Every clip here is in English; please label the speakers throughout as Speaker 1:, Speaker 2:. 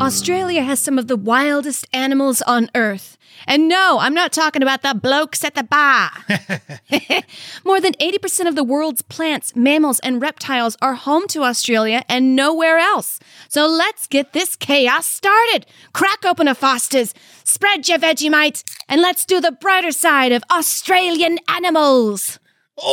Speaker 1: Australia has some of the wildest animals on earth. And no, I'm not talking about the blokes at the bar. More than 80% of the world's plants, mammals, and reptiles are home to Australia and nowhere else. So let's get this chaos started. Crack open a Foster's, spread your Vegemite, and let's do the brighter side of Australian animals.
Speaker 2: Oh!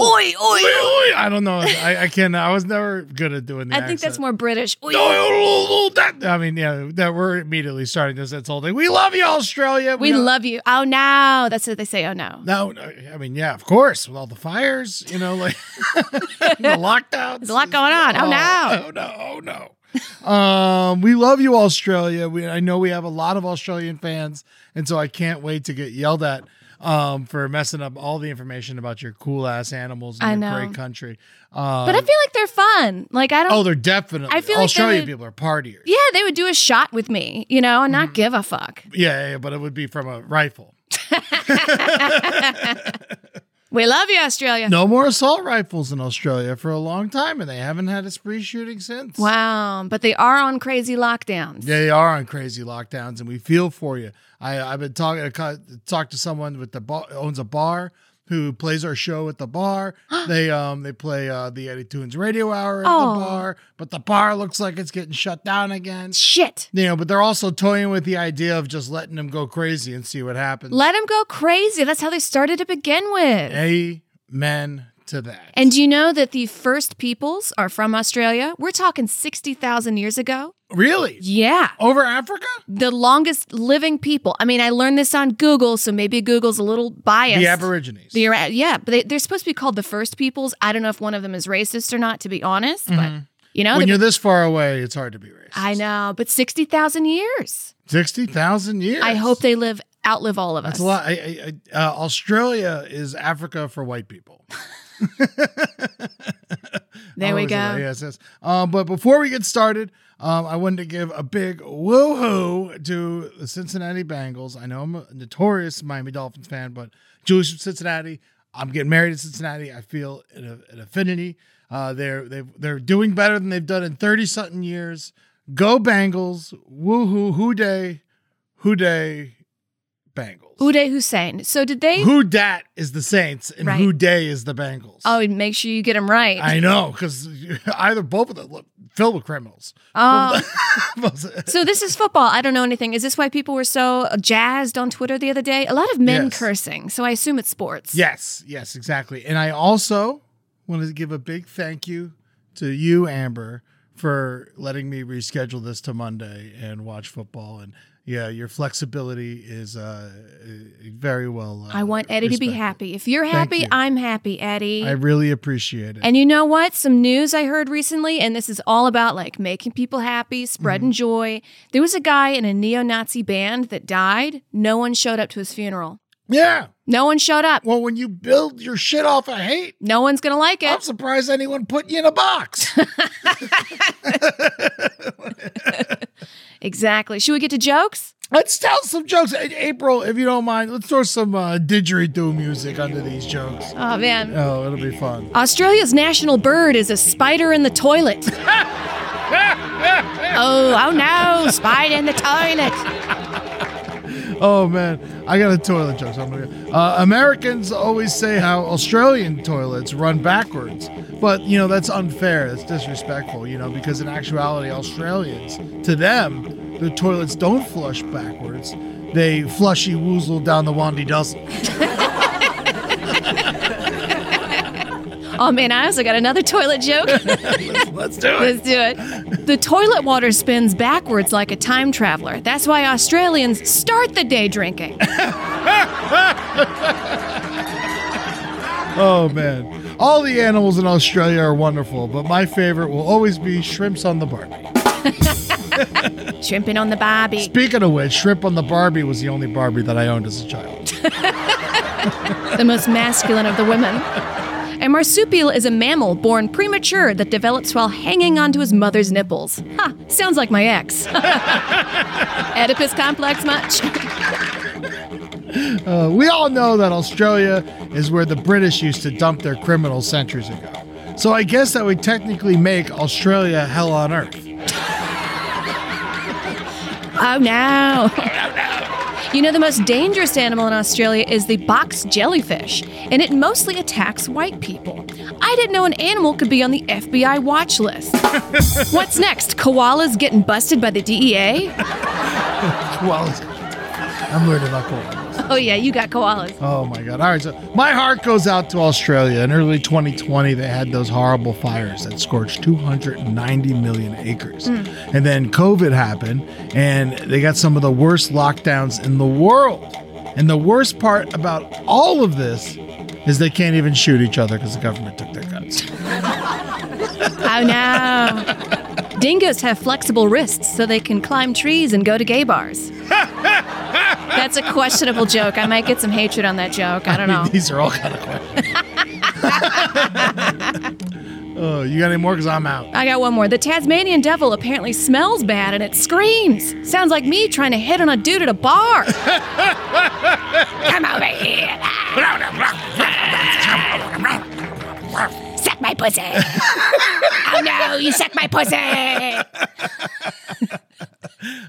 Speaker 1: Oi, oi,
Speaker 2: Oi, oi. I don't know. I, I can't. I was never good at doing the
Speaker 1: I think that's
Speaker 2: accent.
Speaker 1: more British. Oi.
Speaker 2: Oi, oi, oi, oi, that- I mean, yeah, that we're immediately starting this. That's whole thing. We love you, Australia.
Speaker 1: We love you. Oh no, that's what they say. Oh no.
Speaker 2: No, no, I mean, yeah, of course, with all the fires, you know, like the lockdowns.
Speaker 1: There's a lot going on. Oh no.
Speaker 2: Oh no! Oh no! um, we love you, Australia. We I know we have a lot of Australian fans, and so I can't wait to get yelled at um for messing up all the information about your cool ass animals
Speaker 1: I
Speaker 2: and your
Speaker 1: know.
Speaker 2: great country. Um,
Speaker 1: But I feel like they're fun. Like I don't
Speaker 2: oh, they're definitely
Speaker 1: I feel like they
Speaker 2: Australian
Speaker 1: would-
Speaker 2: people are partiers.
Speaker 1: Yeah, they would do a shot with me, you know, and
Speaker 2: Mm-hmm.
Speaker 1: not give a fuck.
Speaker 2: yeah, yeah, but it would be from a rifle.
Speaker 1: We love you, Australia.
Speaker 2: No more assault rifles in Australia for a long time, and they haven't had a spree shooting since.
Speaker 1: Wow, but they are on crazy lockdowns.
Speaker 2: They are on crazy lockdowns, and we feel for you. I, I've been talking I co- talked to someone with the bar, owns a bar who plays our show at the bar. they um they play uh, the Eddie Tunes Radio Hour at
Speaker 1: Oh.
Speaker 2: the bar, but the bar looks like it's getting shut down again.
Speaker 1: Shit.
Speaker 2: You know, but they're also toying with the idea of just letting them go crazy and see what happens.
Speaker 1: Let them go crazy. That's how they started to begin with.
Speaker 2: Amen to that.
Speaker 1: and do you know that the first peoples are from Australia? We're talking 60,000 years ago.
Speaker 2: really,
Speaker 1: Yeah.
Speaker 2: over Africa?
Speaker 1: The longest living people. I mean, I learned this on Google, so maybe Google's a little biased.
Speaker 2: The Aborigines.
Speaker 1: The Ara- yeah, but they, they're supposed to be called the first peoples. I don't know if one of them is racist or not, to be honest,
Speaker 2: Mm-hmm.
Speaker 1: but you know, they-
Speaker 2: when you're this far away, it's hard to be racist.
Speaker 1: I know, but 60,000 years.
Speaker 2: Sixty thousand years.
Speaker 1: I hope they live outlive all of us.
Speaker 2: That's a lot. I, I, I, uh, Australia is Africa for white people.
Speaker 1: There we
Speaker 2: Always
Speaker 1: go.
Speaker 2: an ISS. Um, but before we get started, um, I wanted to give a big woohoo to the Cincinnati Bengals. I know I'm a notorious Miami Dolphins fan, but Julie's from Cincinnati. I'm getting married in Cincinnati. I feel an, an affinity. Uh, they're they've, they're doing better than they've done in thirty something years. Go Bengals! Woohoo! Hoo day! Hoo day! Bengals!
Speaker 1: Uday Hussein. So did they?
Speaker 2: Who dat is the Saints and
Speaker 1: Right.
Speaker 2: who day is the Bengals.
Speaker 1: oh, and make sure you get them right.
Speaker 2: I know because either both of them look filled with criminals.
Speaker 1: Oh. so this is football. I don't know anything. Is this why people were so jazzed on Twitter the other day? A lot of men
Speaker 2: Yes.
Speaker 1: cursing. So I assume it's sports.
Speaker 2: yes, yes, exactly. And I also want to give a big thank you to you, Amber, for letting me reschedule this to Monday and watch football. And yeah, your flexibility is uh, very well. Uh,
Speaker 1: I want Eddie to be
Speaker 2: respected.
Speaker 1: happy. If you're
Speaker 2: Thank
Speaker 1: happy,
Speaker 2: you.
Speaker 1: I'm happy, Eddie.
Speaker 2: I really appreciate it.
Speaker 1: And you know what? Some news I heard recently, and this is all about like making people happy, spreading
Speaker 2: Mm-hmm.
Speaker 1: joy. There was a guy in a neo Nazi band that died. No one showed up to his funeral.
Speaker 2: yeah.
Speaker 1: No one showed up.
Speaker 2: Well, when you build your shit off of hate,
Speaker 1: No one's going to like
Speaker 2: I'm
Speaker 1: it.
Speaker 2: surprised anyone put you in a box.
Speaker 1: Exactly. Should we get to jokes?
Speaker 2: let's tell some jokes. A- April, if you don't mind, let's throw some uh, didgeridoo music under these jokes.
Speaker 1: Oh, man.
Speaker 2: Oh, it'll be fun.
Speaker 1: Australia's national bird is a spider in the toilet. oh, oh no, spider in the toilet.
Speaker 2: Oh man, I got a toilet joke. So I'm gonna. Uh, Americans always say how Australian toilets run backwards, but you know that's unfair. That's disrespectful. You know because in actuality, Australians to them, the toilets don't flush backwards. They flushy woozle down the Wandy Dussel.
Speaker 1: Oh man, I also got another toilet joke.
Speaker 2: Let's do
Speaker 1: Let's do it. The toilet water spins backwards like a time traveler. That's why Australians start the day drinking.
Speaker 2: Oh man, all the animals in Australia are wonderful, but my favorite will always be shrimps on the Barbie.
Speaker 1: Shrimping on the barbie.
Speaker 2: Speaking of which, shrimp on the Barbie was the only Barbie that I owned as a child.
Speaker 1: The most masculine of the women. A marsupial is a mammal born premature that develops while hanging onto his mother's nipples. Ha! Sounds like my ex. Oedipus complex much?
Speaker 2: Uh, we all know that Australia is where the British used to dump their criminals centuries ago. So I guess that would technically make Australia hell on earth.
Speaker 1: Oh no. You know, the most dangerous animal in Australia is the box jellyfish, and it mostly attacks white people. I didn't know an animal could be on the FBI watch list. What's next? Koalas getting busted by the E DEA?
Speaker 2: Well, I'm learning about koalas.
Speaker 1: Oh, yeah, you got koalas.
Speaker 2: Oh my god! All right, so my heart goes out to Australia. In early 2020, they had those horrible fires that scorched 290 million acres, and then COVID happened, and they got some of the worst lockdowns in the world. And the worst part about all of this is they can't even shoot each other because the government took their guns.
Speaker 1: Oh, no. Dingoes have flexible wrists so they can climb trees and go to gay bars. That's a questionable joke. I might get some hatred on that joke. I don't know.
Speaker 2: These are all kind of questions. oh, you got any more? Because I'm out.
Speaker 1: I got one more. The Tasmanian devil apparently smells bad and it screams. Sounds like me trying to hit on a dude at a bar. Come over here. suck my pussy. oh no, you suck my pussy.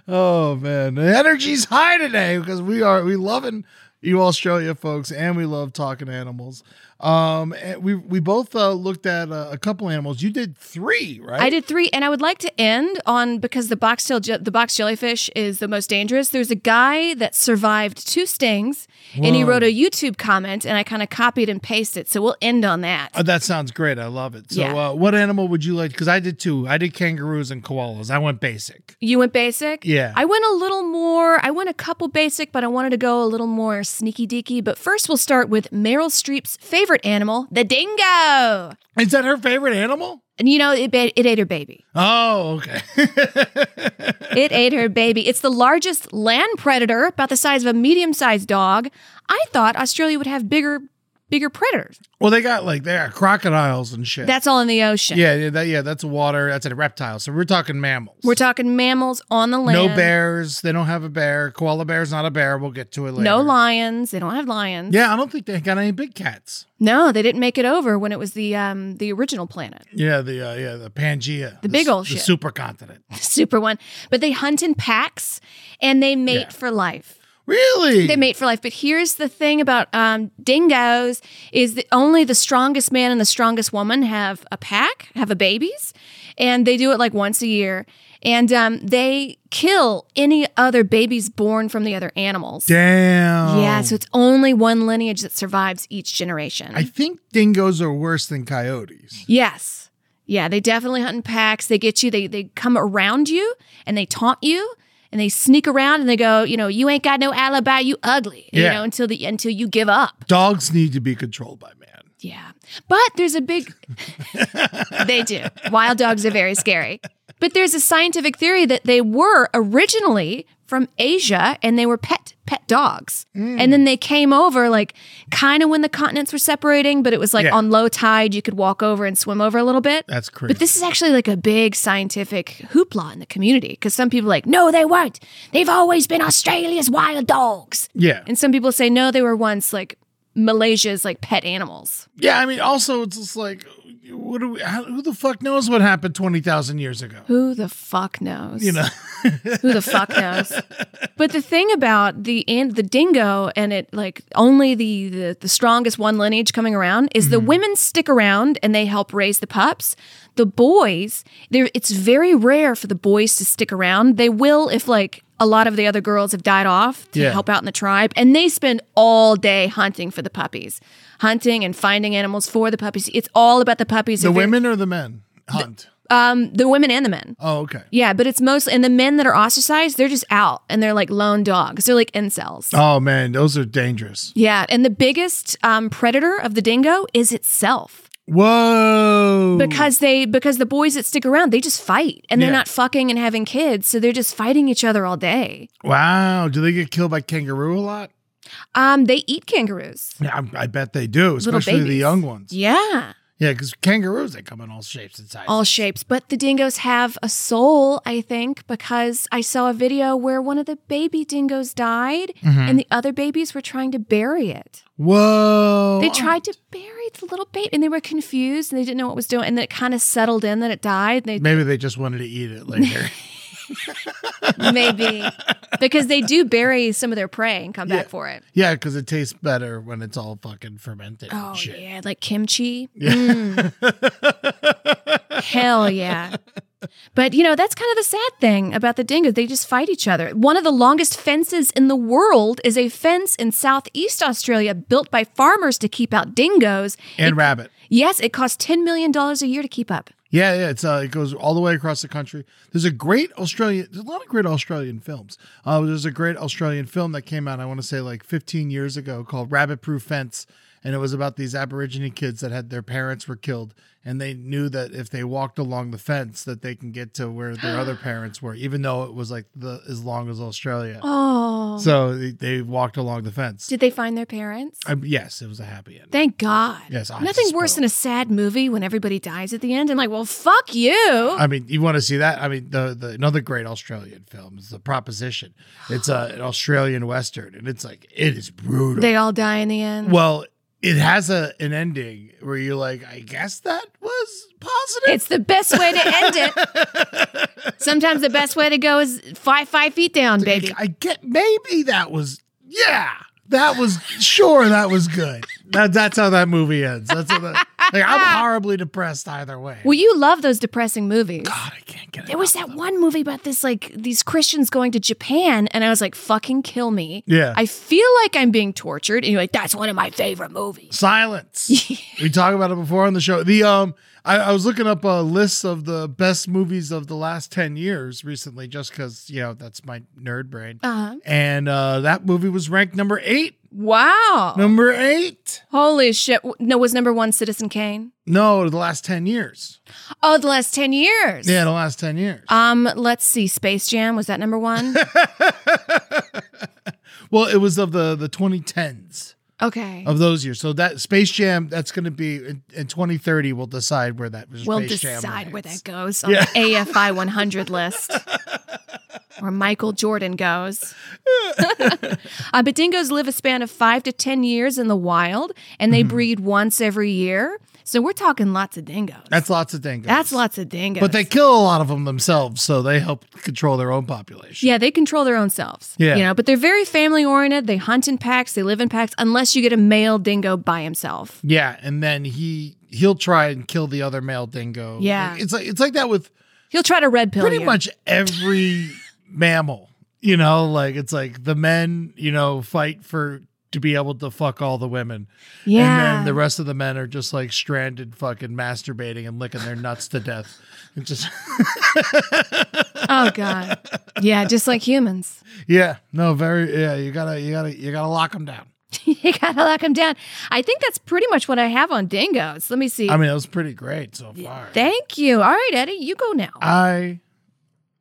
Speaker 2: Oh man, the energy's high today because we are we loving you Australia folks, and we love talking animals. Um, and we we both uh, looked at uh, a couple animals. You did three, right?
Speaker 1: I did three, and I would like to end on because the box tail je- the box jellyfish is the most dangerous. There's a guy that survived two stings, and he wrote a YouTube comment, and I kind of copied and pasted. So we'll end on that.
Speaker 2: Oh, that sounds great. I love it. So,
Speaker 1: Yeah.
Speaker 2: uh, what animal would you like? Because I did two. I did kangaroos and koalas. I went basic.
Speaker 1: You went basic?
Speaker 2: Yeah.
Speaker 1: I went a little more, I went a couple basic, but I wanted to go a little more sneaky deaky. But first, we'll start with Meryl Streep's favorite animal, the dingo.
Speaker 2: Is that her favorite animal?
Speaker 1: And you know, it, ba- it ate her baby.
Speaker 2: Oh, okay.
Speaker 1: It ate her baby. It's the largest land predator, about the size of a medium sized dog. I thought Australia would have bigger, bigger predators.
Speaker 2: well, they got like they got crocodiles and shit.
Speaker 1: That's all in the ocean.
Speaker 2: Yeah, yeah, that, yeah, that's water. That's a reptile. So we're talking mammals.
Speaker 1: We're talking mammals on the land.
Speaker 2: no bears. They don't have a bear. Koala bear's not a bear. We'll get to it later.
Speaker 1: No lions. They don't have lions.
Speaker 2: Yeah, I don't think they got any big cats.
Speaker 1: No, they didn't make it over when it was the um, the original planet.
Speaker 2: Yeah, the uh, yeah the Pangea, the,
Speaker 1: big
Speaker 2: s-
Speaker 1: ol'
Speaker 2: the
Speaker 1: shit.
Speaker 2: supercontinent.
Speaker 1: super one. But they hunt in packs and they mate
Speaker 2: Yeah.
Speaker 1: for life.
Speaker 2: Really?
Speaker 1: They mate for life. But here's the thing about um, dingoes is that only the strongest man and the strongest woman have a pack, have a babies, and they do it like once a year. And um, they kill any other babies born from the other animals.
Speaker 2: Damn.
Speaker 1: Yeah, so it's only one lineage that survives each generation.
Speaker 2: I think dingoes are worse than coyotes.
Speaker 1: yes. Yeah, they definitely hunt in packs. They get you, they they come around you and they taunt you and they sneak around and they go, you know, you ain't got no alibi, you ugly. You
Speaker 2: Yeah.
Speaker 1: know, until the until you give up.
Speaker 2: Dogs need to be controlled by man.
Speaker 1: Yeah. But there's a big They do. Wild dogs are very scary. But there's a scientific theory that they were originally from Asia and they were pet pet dogs.
Speaker 2: Hmm.
Speaker 1: And then they came over like kind of when the continents were separating, but it was like
Speaker 2: Yeah.
Speaker 1: on low tide you could walk over and swim over a little bit.
Speaker 2: That's crazy.
Speaker 1: But this is actually like a big scientific hoopla in the community because some people are like, no, they weren't. They've always been Australia's wild dogs.
Speaker 2: yeah.
Speaker 1: And some people say, no, they were once like Malaysia's like pet animals.
Speaker 2: Yeah, I mean, also it's just like, what do we? How, who the fuck knows what happened twenty thousand years ago?
Speaker 1: Who the fuck knows?
Speaker 2: You know,
Speaker 1: Who the fuck knows? But the thing about the and the dingo and it like only the the, the strongest one lineage coming around is
Speaker 2: Mm-hmm.
Speaker 1: the women stick around and they help raise the pups. The boys, there it's very rare for the boys to stick around. They will if like a lot of the other girls have died off to
Speaker 2: Yeah.
Speaker 1: help out in the tribe and they spend all day hunting for the puppies. Hunting and finding animals for the puppies. It's all about the puppies.
Speaker 2: the
Speaker 1: They're very-
Speaker 2: women or the men hunt.
Speaker 1: um the women and the men.
Speaker 2: oh, okay.
Speaker 1: Yeah, but it's mostly and the men that are ostracized, they're just out and they're like lone dogs. They're like incels.
Speaker 2: Oh man, those are dangerous.
Speaker 1: Yeah, and the biggest um, predator of the dingo is itself
Speaker 2: Whoa.
Speaker 1: because they because the boys that stick around they just fight and they're
Speaker 2: Yeah.
Speaker 1: not fucking and having kids, so they're just fighting each other all day.
Speaker 2: wow, do they get killed by kangaroo a lot?
Speaker 1: Um, they eat kangaroos.
Speaker 2: Yeah, I, I bet they do,
Speaker 1: Little
Speaker 2: especially the
Speaker 1: babies.
Speaker 2: young ones.
Speaker 1: Yeah,
Speaker 2: Yeah, because kangaroos they come in all shapes and sizes.
Speaker 1: all shapes, but the dingoes have a soul, I think, because I saw a video where one of the baby dingoes died
Speaker 2: Mm-hmm.
Speaker 1: and the other babies were trying to bury it.
Speaker 2: Whoa.
Speaker 1: They tried to bury the little baby and they were confused and they didn't know what was doing. And then it kind of settled in that it died. They
Speaker 2: Maybe they just wanted to eat it later.
Speaker 1: maybe because they do bury some of their prey and come back for it.
Speaker 2: yeah, because it tastes better when it's all fucking fermented.
Speaker 1: Oh
Speaker 2: and shit.
Speaker 1: yeah, like kimchi. Mm. Hell yeah. But you know, that's kind of the sad thing about the dingo. They just fight each other. One of the longest fences in the world is a fence in Southeast Australia built by farmers to keep out dingoes.
Speaker 2: And rabbit.
Speaker 1: Yes, it costs $10 million a year to keep up.
Speaker 2: Yeah, yeah, it's uh, it goes all the way across the country. There's a great Australian. There's a lot of great Australian films. Uh, there's a great Australian film that came out. I want to say like 15 years ago, called Rabbit Proof Fence, and it was about these Aborigine kids that had their parents were killed, and they knew that if they walked along the fence, that they can get to where their other parents were, even though it was like the as long as Australia.
Speaker 1: Oh.
Speaker 2: So they, they walked along the fence.
Speaker 1: Did they find their parents?
Speaker 2: Um, yes, it was a happy ending.
Speaker 1: Thank God.
Speaker 2: Yes, I
Speaker 1: Nothing worse
Speaker 2: suppose.
Speaker 1: than a sad movie when everybody dies at the end and like, well, fuck you.
Speaker 2: I mean, you want to see that? I mean, the, the another great Australian film is The Proposition. It's a, an Australian western, and it's like it is brutal.
Speaker 1: They all die in the end.
Speaker 2: well, it has a an ending where you're like, I guess that was positive.
Speaker 1: It's the best way to end it. Sometimes the best way to go is five five feet down, baby.
Speaker 2: I get maybe that was yeah. That was sure that was good. That, that's how that movie ends. That's how that, like I'm horribly depressed either way.
Speaker 1: Well, you love those depressing movies.
Speaker 2: God, I can't get it.
Speaker 1: There was that one movie about this like these Christians going to Japan, and I was like, fucking kill me.
Speaker 2: Yeah.
Speaker 1: I feel like I'm being tortured, and you're like, that's one of my favorite movies.
Speaker 2: Silence. we talked about it before on the show. The um, I, I was looking up a list of the best movies of the last ten years recently, just because you know that's my nerd brain.
Speaker 1: Uh-huh.
Speaker 2: And uh, that movie was ranked number eight.
Speaker 1: Wow.
Speaker 2: Number eight.
Speaker 1: Holy shit. W- No, was number one Citizen Kane?
Speaker 2: No, the last ten years.
Speaker 1: Oh, the last 10 years.
Speaker 2: Yeah, the last ten years.
Speaker 1: Um, let's see. Space Jam was that number one?
Speaker 2: well, it was of the the 2010s
Speaker 1: Okay.
Speaker 2: of those years. So that Space Jam, that's going to be in, in 2030. We'll decide where that. Space
Speaker 1: we'll
Speaker 2: Jam
Speaker 1: decide where
Speaker 2: lands.
Speaker 1: that goes on the AFI 100 list, where Michael Jordan goes. uh, but dingoes live a span of five to ten years in the wild, and
Speaker 2: Mm-hmm.
Speaker 1: they breed once every year. So we're talking lots of dingoes.
Speaker 2: That's lots of dingoes.
Speaker 1: That's lots of dingoes.
Speaker 2: But they kill a lot of them themselves, so they help control their own population.
Speaker 1: Yeah, they control their own selves.
Speaker 2: Yeah.
Speaker 1: You know, but they're very family oriented. They hunt in packs, they live in packs, unless you get a male dingo by himself.
Speaker 2: Yeah, and then he he'll try and kill the other male dingo.
Speaker 1: Yeah.
Speaker 2: Like, it's like it's like that with
Speaker 1: He'll try to red pill
Speaker 2: pretty
Speaker 1: you.
Speaker 2: much every mammal. You know, like it's like the men, you know, fight for to be able to fuck all the women. And
Speaker 1: Yeah.
Speaker 2: then the rest of the men are just like stranded fucking masturbating and licking their nuts to death. It's just
Speaker 1: Oh god. Yeah, just like humans.
Speaker 2: yeah, no, very yeah, you gotta you gotta you gotta lock them down.
Speaker 1: you gotta lock them down. I think that's pretty much what I have on dingoes. Let me see.
Speaker 2: I mean, it was pretty great so far.
Speaker 1: Thank you. All right, Eddie, you go now.
Speaker 2: I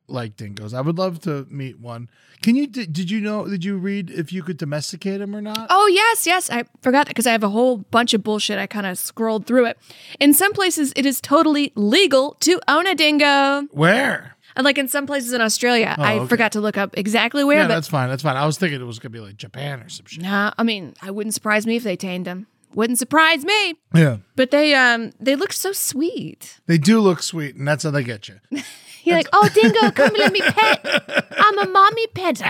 Speaker 2: like dingoes. I would love to meet one. Can you did, did you know did you read if you could domesticate them or not?
Speaker 1: Oh, yes, yes. I forgot because I have a whole bunch of bullshit. I kind of scrolled through it. In some places, it is totally legal to own a dingo.
Speaker 2: Where?
Speaker 1: And like in some places in Australia, I
Speaker 2: Oh, okay.
Speaker 1: forgot to look up exactly where,
Speaker 2: Yeah,
Speaker 1: but
Speaker 2: that's fine. That's fine. I was thinking it was gonna be like Japan or some shit.
Speaker 1: nah, I mean, I wouldn't surprise me if they tamed him. Wouldn't surprise me.
Speaker 2: Yeah,
Speaker 1: But they um they look so sweet.
Speaker 2: they do look sweet, and that's how they get you.
Speaker 1: You're like, oh dingo, come let me pet. I'm a mommy pet.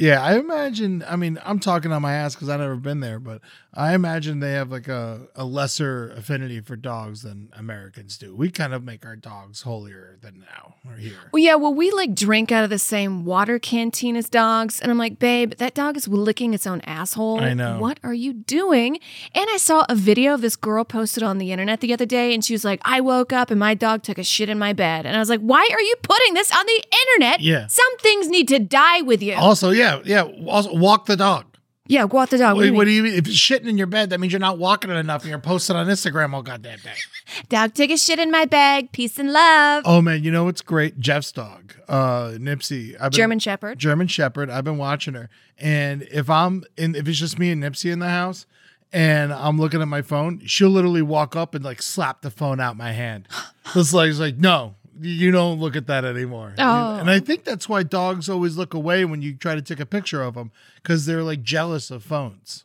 Speaker 2: Yeah, I imagine. I mean, I'm talking on my ass because I've never been there, but I imagine they have like a, a lesser affinity for dogs than Americans do. We kind of make our dogs holier than now or here.
Speaker 1: Well, yeah, well, we like drink out of the same water canteen as dogs. And I'm like, babe, that dog is licking its own asshole.
Speaker 2: I know.
Speaker 1: What are you doing? And I saw a video of this girl posted on the internet the other day, and she was like, I woke up and my dog took a shit in my bed. And I was like, why are you putting this on the internet?
Speaker 2: Yeah.
Speaker 1: Some things need to die with you.
Speaker 2: Also, yeah, yeah. Also, walk the dog.
Speaker 1: yeah, go out the dog. What do
Speaker 2: Wait,
Speaker 1: you mean?
Speaker 2: what do you mean? If it's shitting in your bed, that means you're not walking it enough, and you're posting on Instagram all goddamn day.
Speaker 1: dog took a shit in my bag. Peace and love.
Speaker 2: Oh man, you know what's great? Jeff's dog, uh, Nipsey. I've been-
Speaker 1: German Shepherd.
Speaker 2: German Shepherd. I've been watching her, and if I'm in, if it's just me and Nipsey in the house, and I'm looking at my phone, she'll literally walk up and like slap the phone out my hand. It's like, it's like no, you don't look at that anymore.
Speaker 1: Oh.
Speaker 2: And I think that's why dogs always look away when you try to take a picture of them because they're like jealous of phones.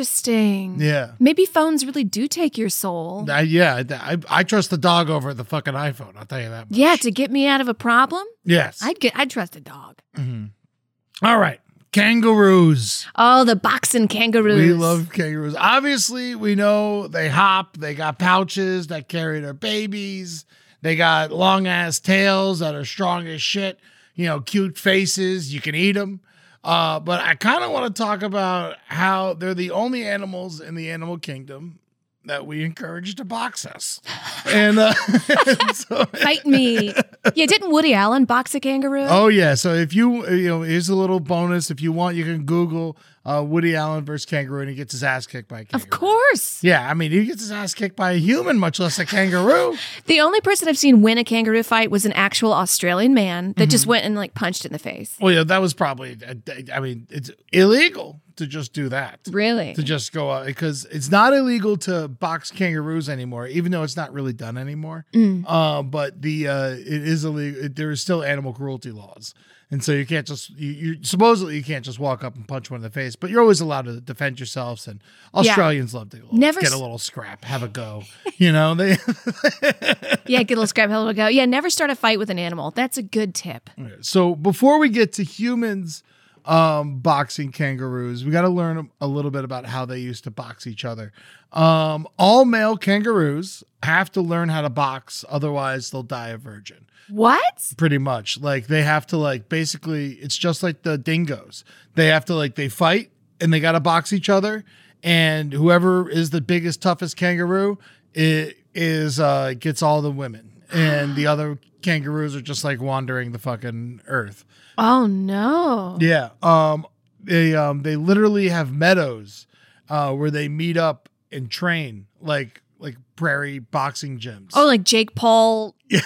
Speaker 1: Interesting.
Speaker 2: Yeah.
Speaker 1: Maybe phones really do take your soul.
Speaker 2: I, yeah, I, I trust the dog over the fucking iPhone. I'll tell you that. Much.
Speaker 1: yeah, to get me out of a problem,
Speaker 2: Yes.
Speaker 1: I'd get I'd trust a dog.
Speaker 2: All right. Kangaroos.
Speaker 1: Oh, the boxing kangaroos.
Speaker 2: We love kangaroos. Obviously, we know they hop. They got pouches that carry their babies. They got long ass tails that are strong as shit. You know, cute faces. You can eat them. Uh, but I kind of want to talk about how they're the only animals in the animal kingdom that we encourage to box us. And uh, so
Speaker 1: Fight me. yeah, didn't Woody Allen box a kangaroo?
Speaker 2: Oh yeah. So if you you know, here's a little bonus. If you want, you can Google uh, Woody Allen versus kangaroo, and he gets his ass kicked by a kangaroo.
Speaker 1: of course.
Speaker 2: Yeah, I mean, he gets his ass kicked by a human, much less a kangaroo.
Speaker 1: The only person I've seen win a kangaroo fight was an actual Australian man
Speaker 2: Mm-hmm.
Speaker 1: that just went and like punched it in the face.
Speaker 2: well, yeah, that was probably. uh, I mean, it's illegal to just do that.
Speaker 1: Really?
Speaker 2: To just go out because it's not illegal to box kangaroos anymore, even though it's not really done anymore.
Speaker 1: Mm.
Speaker 2: Uh, but the uh, it is illegal. There is still animal cruelty laws, and so you can't just you, you supposedly you can't just walk up and punch one in the face. But you're always allowed to defend yourselves, and Australians love to
Speaker 1: Never
Speaker 2: get a
Speaker 1: s- little
Speaker 2: little scrap, have a go. You know they.
Speaker 1: yeah, get a little scrap, have a little go. Yeah, never start a fight with an animal. That's a good tip.
Speaker 2: Mm. So before we get to humans um, boxing kangaroos, we got to learn a little bit about how they used to box each other. Um, all male kangaroos have to learn how to box, otherwise they'll die a virgin.
Speaker 1: What?
Speaker 2: Pretty much, like they have to like basically, it's just like the dingoes. They have to like they fight and they got to box each other, and whoever is the biggest, toughest kangaroo it is uh, gets all the women, and the other kangaroos are just like wandering the fucking earth.
Speaker 1: Oh no.
Speaker 2: Yeah. Um. They um. They literally have meadows, uh, where they meet up and train like like prairie boxing gyms.
Speaker 1: Oh, like Jake Paul.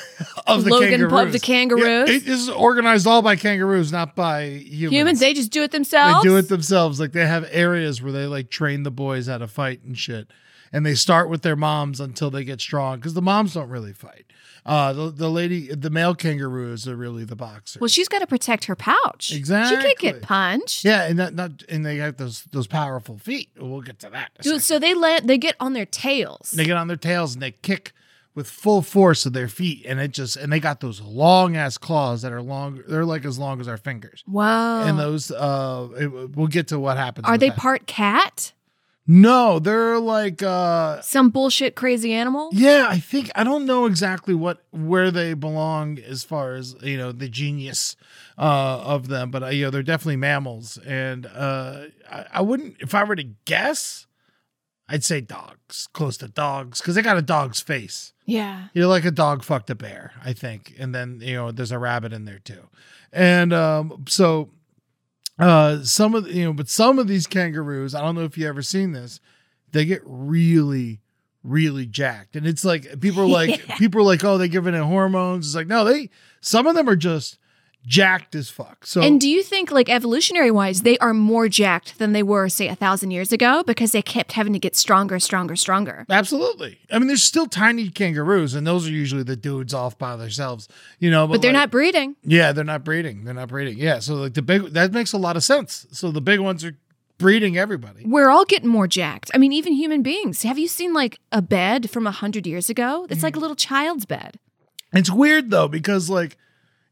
Speaker 2: of
Speaker 1: Logan Pub, the kangaroos?
Speaker 2: Yeah, it- this is organized all by kangaroos, not by humans.
Speaker 1: Humans, they just do it
Speaker 2: They
Speaker 1: themselves.
Speaker 2: do it themselves. Like they have areas where they like train the boys how to fight and shit. And they start with their moms until they get strong because the moms don't really fight. Uh, the, the lady, the male kangaroos are really the boxers.
Speaker 1: well, she's got to protect her pouch. She can't
Speaker 2: Exactly.
Speaker 1: get punched.
Speaker 2: Yeah, and that not and they got those those powerful feet. We'll get to that. in a
Speaker 1: Dude,
Speaker 2: second.
Speaker 1: so they let they get on their tails.
Speaker 2: They get on their tails and they kick with full force of their feet, and it just and they got those long ass claws that are long. They're like as long as our fingers.
Speaker 1: Whoa.
Speaker 2: And those, uh, it- we'll get to what happens.
Speaker 1: Are
Speaker 2: with
Speaker 1: they
Speaker 2: that.
Speaker 1: part cat?
Speaker 2: No, they're like uh
Speaker 1: Some bullshit crazy animal?
Speaker 2: yeah, I think I don't know exactly what where they belong as far as, you know, the genius uh of them, but uh, you know, they're definitely mammals and uh I, I wouldn't if I were to guess, I'd say dogs, close to dogs cuz they got a dog's face.
Speaker 1: Yeah.
Speaker 2: You're like a dog fucked a bear, I think. And then, you know, there's a rabbit in there too. And um, so uh some of the, you know, but some of these kangaroos, I don't know if you ever seen this, they get really, really jacked. And it's like people are like people are like, oh, they giving it hormones. It's like, no, they some of them are just jacked as fuck. So
Speaker 1: And do you think, like evolutionary wise, they are more jacked than they were, say, a thousand years ago because they kept having to get stronger, stronger, stronger?
Speaker 2: Absolutely. I mean, there's still tiny kangaroos, and those are usually the dudes off by themselves, you know.
Speaker 1: But they're
Speaker 2: like-
Speaker 1: not breeding.
Speaker 2: Yeah, they're not breeding. They're not breeding. Yeah, so like the big that makes a lot of sense. So the big ones are breeding everybody.
Speaker 1: We're all getting more jacked. I mean, even human beings. Have you seen like a bed from a hundred years ago? It's
Speaker 2: Mm.
Speaker 1: like a little child's bed.
Speaker 2: It's weird though because like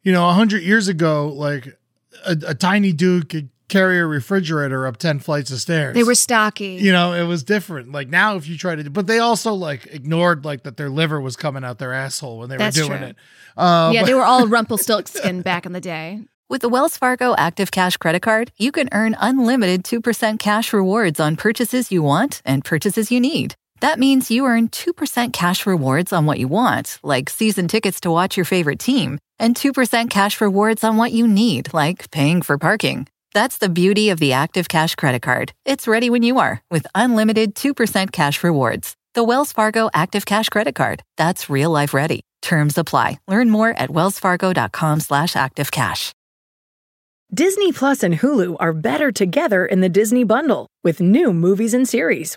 Speaker 2: you know, a hundred years ago, like a, a tiny dude could carry a refrigerator up ten flights of stairs.
Speaker 1: They were stocky.
Speaker 2: you know, it was different. Like now, if you try to, but they also like ignored like that their liver was coming out their asshole when they
Speaker 1: That's
Speaker 2: were doing
Speaker 1: true.
Speaker 2: it. Uh,
Speaker 1: yeah, they were all Rumpelstiltskin back in the day.
Speaker 3: With the Wells Fargo Active Cash Credit Card, you can earn unlimited 2% cash rewards on purchases you want and purchases you need. That means you earn 2% cash rewards on what you want, like season tickets to watch your favorite team, and 2% cash rewards on what you need, like paying for parking. That's the beauty of the Active Cash Credit Card. It's ready when you are with unlimited 2% cash rewards. The Wells Fargo Active Cash Credit Card. That's real life ready. Terms apply. Learn more at wellsfargo.com slash activecash.
Speaker 4: Disney Plus and Hulu are better together in the Disney bundle with new movies and series.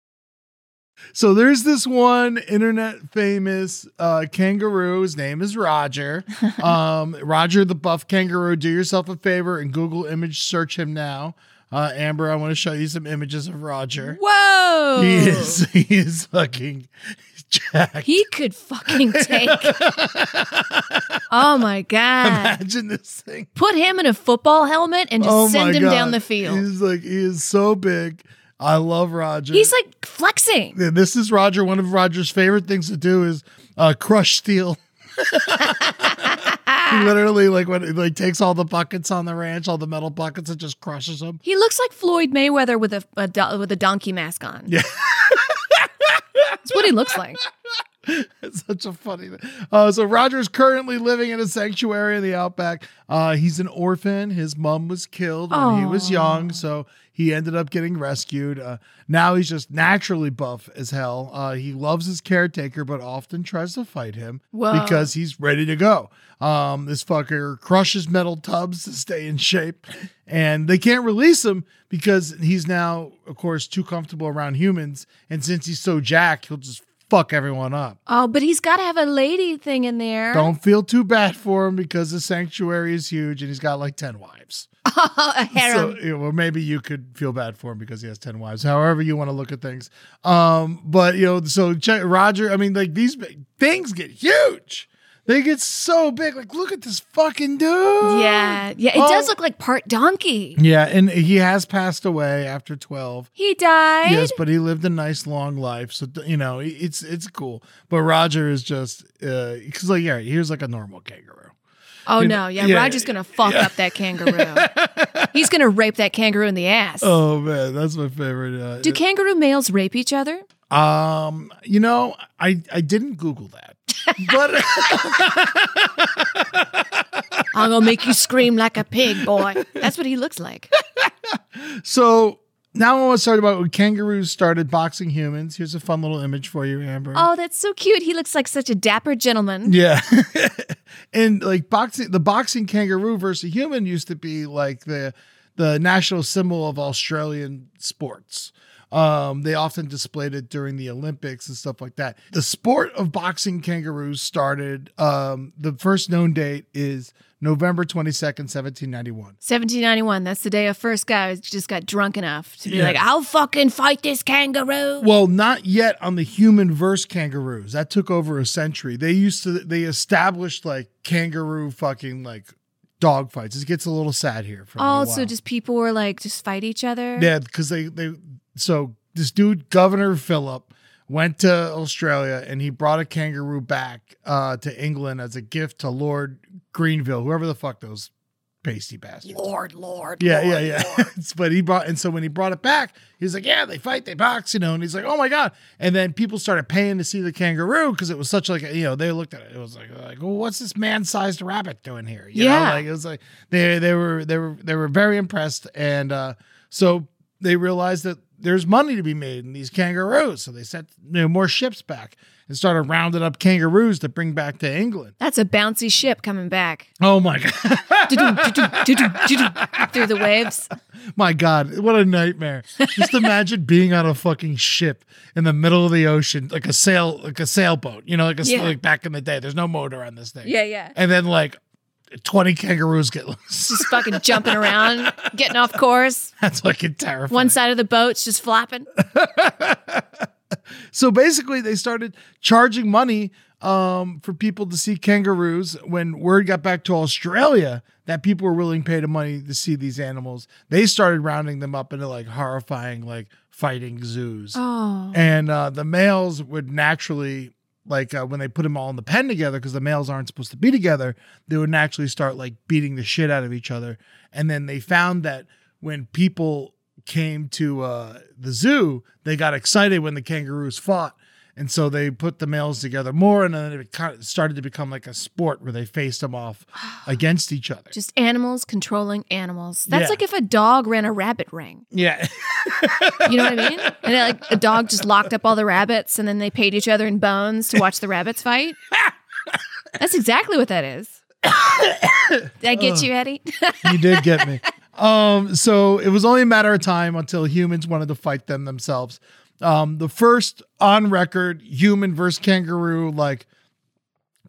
Speaker 2: So there's this one internet famous uh, kangaroo. His name is Roger. Um, Roger the buff kangaroo. Do yourself a favor and Google image search him now. Uh, Amber, I want to show you some images of Roger.
Speaker 1: Whoa.
Speaker 2: He is he is fucking jacked.
Speaker 1: He could fucking take. oh my god.
Speaker 2: Imagine this thing.
Speaker 1: Put him in a football helmet and just
Speaker 2: oh
Speaker 1: send
Speaker 2: my
Speaker 1: him
Speaker 2: God.
Speaker 1: down the field. He's,
Speaker 2: He's like he is so big. I love Roger.
Speaker 1: like flexing.
Speaker 2: Yeah, this is Roger. One of Roger's favorite things to do is uh, crush steel. he literally like when he like takes all the buckets on the ranch, all the metal buckets, and just crushes them.
Speaker 1: He looks like Floyd Mayweather with a, a do- with a donkey mask on. Yeah. That's what he looks like.
Speaker 2: It's such a funny. Uh, so Roger's currently living in a sanctuary in the outback. Uh, he's an orphan. His mom was killed when he was young, so he ended up getting rescued. Uh, now he's just naturally buff as hell. Uh, he loves his caretaker, but often tries to fight him
Speaker 1: Whoa.
Speaker 2: because he's ready to go. Um, this fucker crushes metal tubs to stay in shape, and they can't release him because he's now, of course, too comfortable around humans. And since he's so jacked, he'll just fuck everyone up.
Speaker 1: Oh, but he's got to have a lady thing in there.
Speaker 2: Don't feel too bad for him because the sanctuary is huge and he's got like 10 wives.
Speaker 1: Oh, a harem.
Speaker 2: So, you know, or maybe you could feel bad for him because he has 10 wives, however you want to look at things. Um, but, you know, so check, Roger, I mean, like these big- things get huge. They get so big. Like, look at this fucking dude.
Speaker 1: yeah, yeah. It
Speaker 2: Oh.
Speaker 1: does look like part donkey.
Speaker 2: Yeah. And he has passed away after 12.
Speaker 1: He died.
Speaker 2: Yes, but he lived a nice long life, so you know i- it's it's cool. But Roger is just because like yeah, here's like a normal kangaroo.
Speaker 1: oh no, yeah.
Speaker 2: yeah,
Speaker 1: Roger's gonna fuck up that kangaroo. he's gonna rape that kangaroo in the ass.
Speaker 2: Oh man, that's my favorite. Uh,
Speaker 1: Do kangaroo males rape each other?
Speaker 2: um, you know, I I didn't Google that, but
Speaker 1: I'm gonna make you scream like a pig, boy. That's what he looks like.
Speaker 2: so now I want to start about when kangaroos started boxing humans. Here's a fun little image for you, Amber.
Speaker 1: Oh, that's so cute. He looks like such a dapper gentleman.
Speaker 2: Yeah, and like boxing, the boxing kangaroo versus a human used to be like the the national symbol of Australian sports. Um, they often displayed it during the Olympics and stuff like that. The sport of boxing kangaroos started. Um, the first known date is November twenty second, seventeen ninety one.
Speaker 1: 1791. That's the day a first guy just got drunk enough to be
Speaker 2: Yeah.
Speaker 1: like, I'll fucking fight this kangaroo.
Speaker 2: Well, not yet on the human verse kangaroos. That took over a century. They used to they established like kangaroo fucking like dog fights. It gets a little sad here. For a little
Speaker 1: Oh, so
Speaker 2: while.
Speaker 1: just people were like, just fight each other.
Speaker 2: Yeah, because they they so this dude Governor Phillip went to Australia and he brought a kangaroo back uh, to England as a gift to Lord Greenville, whoever the fuck those pasty bastards. Lord, Lord. Yeah, yeah, yeah. but he brought and so when he brought it back, he's like, yeah, they fight, they box, you know. And he's like, oh my god. And then people started paying to see the kangaroo because it was such like a- you know they looked at it. It was like like well, what's this man sized rabbit doing here? You know,
Speaker 1: Yeah.
Speaker 2: like it was like they they were they were they were very impressed and. uh so they realized that there's money to be made in these kangaroos. So they sent you know, more ships back and started rounding up kangaroos to bring back to England.
Speaker 1: That's a bouncy ship coming back
Speaker 2: Oh my god.
Speaker 1: Du-dum, du-dum, du-dum, du-dum, through the waves.
Speaker 2: My god, what a nightmare. Just imagine being on a fucking ship in the middle of the ocean, like a sail like a sailboat, you know, like a
Speaker 1: Yeah.
Speaker 2: like back in the day. There's no motor on this thing.
Speaker 1: Yeah, yeah.
Speaker 2: And then like 20 kangaroos get loose.
Speaker 1: Just fucking jumping around, getting off course.
Speaker 2: That's fucking terrifying.
Speaker 1: One side of the boat's just flopping.
Speaker 2: So basically, they started charging money um, for people to see kangaroos. When word got back to Australia that people were willing to pay the money to see these animals, they started rounding them up into like horrifying, like fighting zoos.
Speaker 1: Oh.
Speaker 2: And uh, the males would naturally, like uh, when they put them all in the pen together, because the males aren't supposed to be together, they would naturally start like beating the shit out of each other. And then they found that when people came to uh, the zoo, they got excited when the kangaroos fought. And so they put the males together more, and then it kind of started to become like a sport where they faced them off against each other.
Speaker 1: Just animals controlling animals. That's
Speaker 2: Yeah.
Speaker 1: like if a dog ran a rabbit ring.
Speaker 2: yeah.
Speaker 1: You know what I mean? And then, like a dog just locked up all the rabbits and then they paid each other in bones to watch the rabbits fight. That's exactly what that is. Did I get you, Eddie?
Speaker 2: you did get me. Um, so it was only a matter of time until humans wanted to fight them themselves. Um, the first on record human versus kangaroo like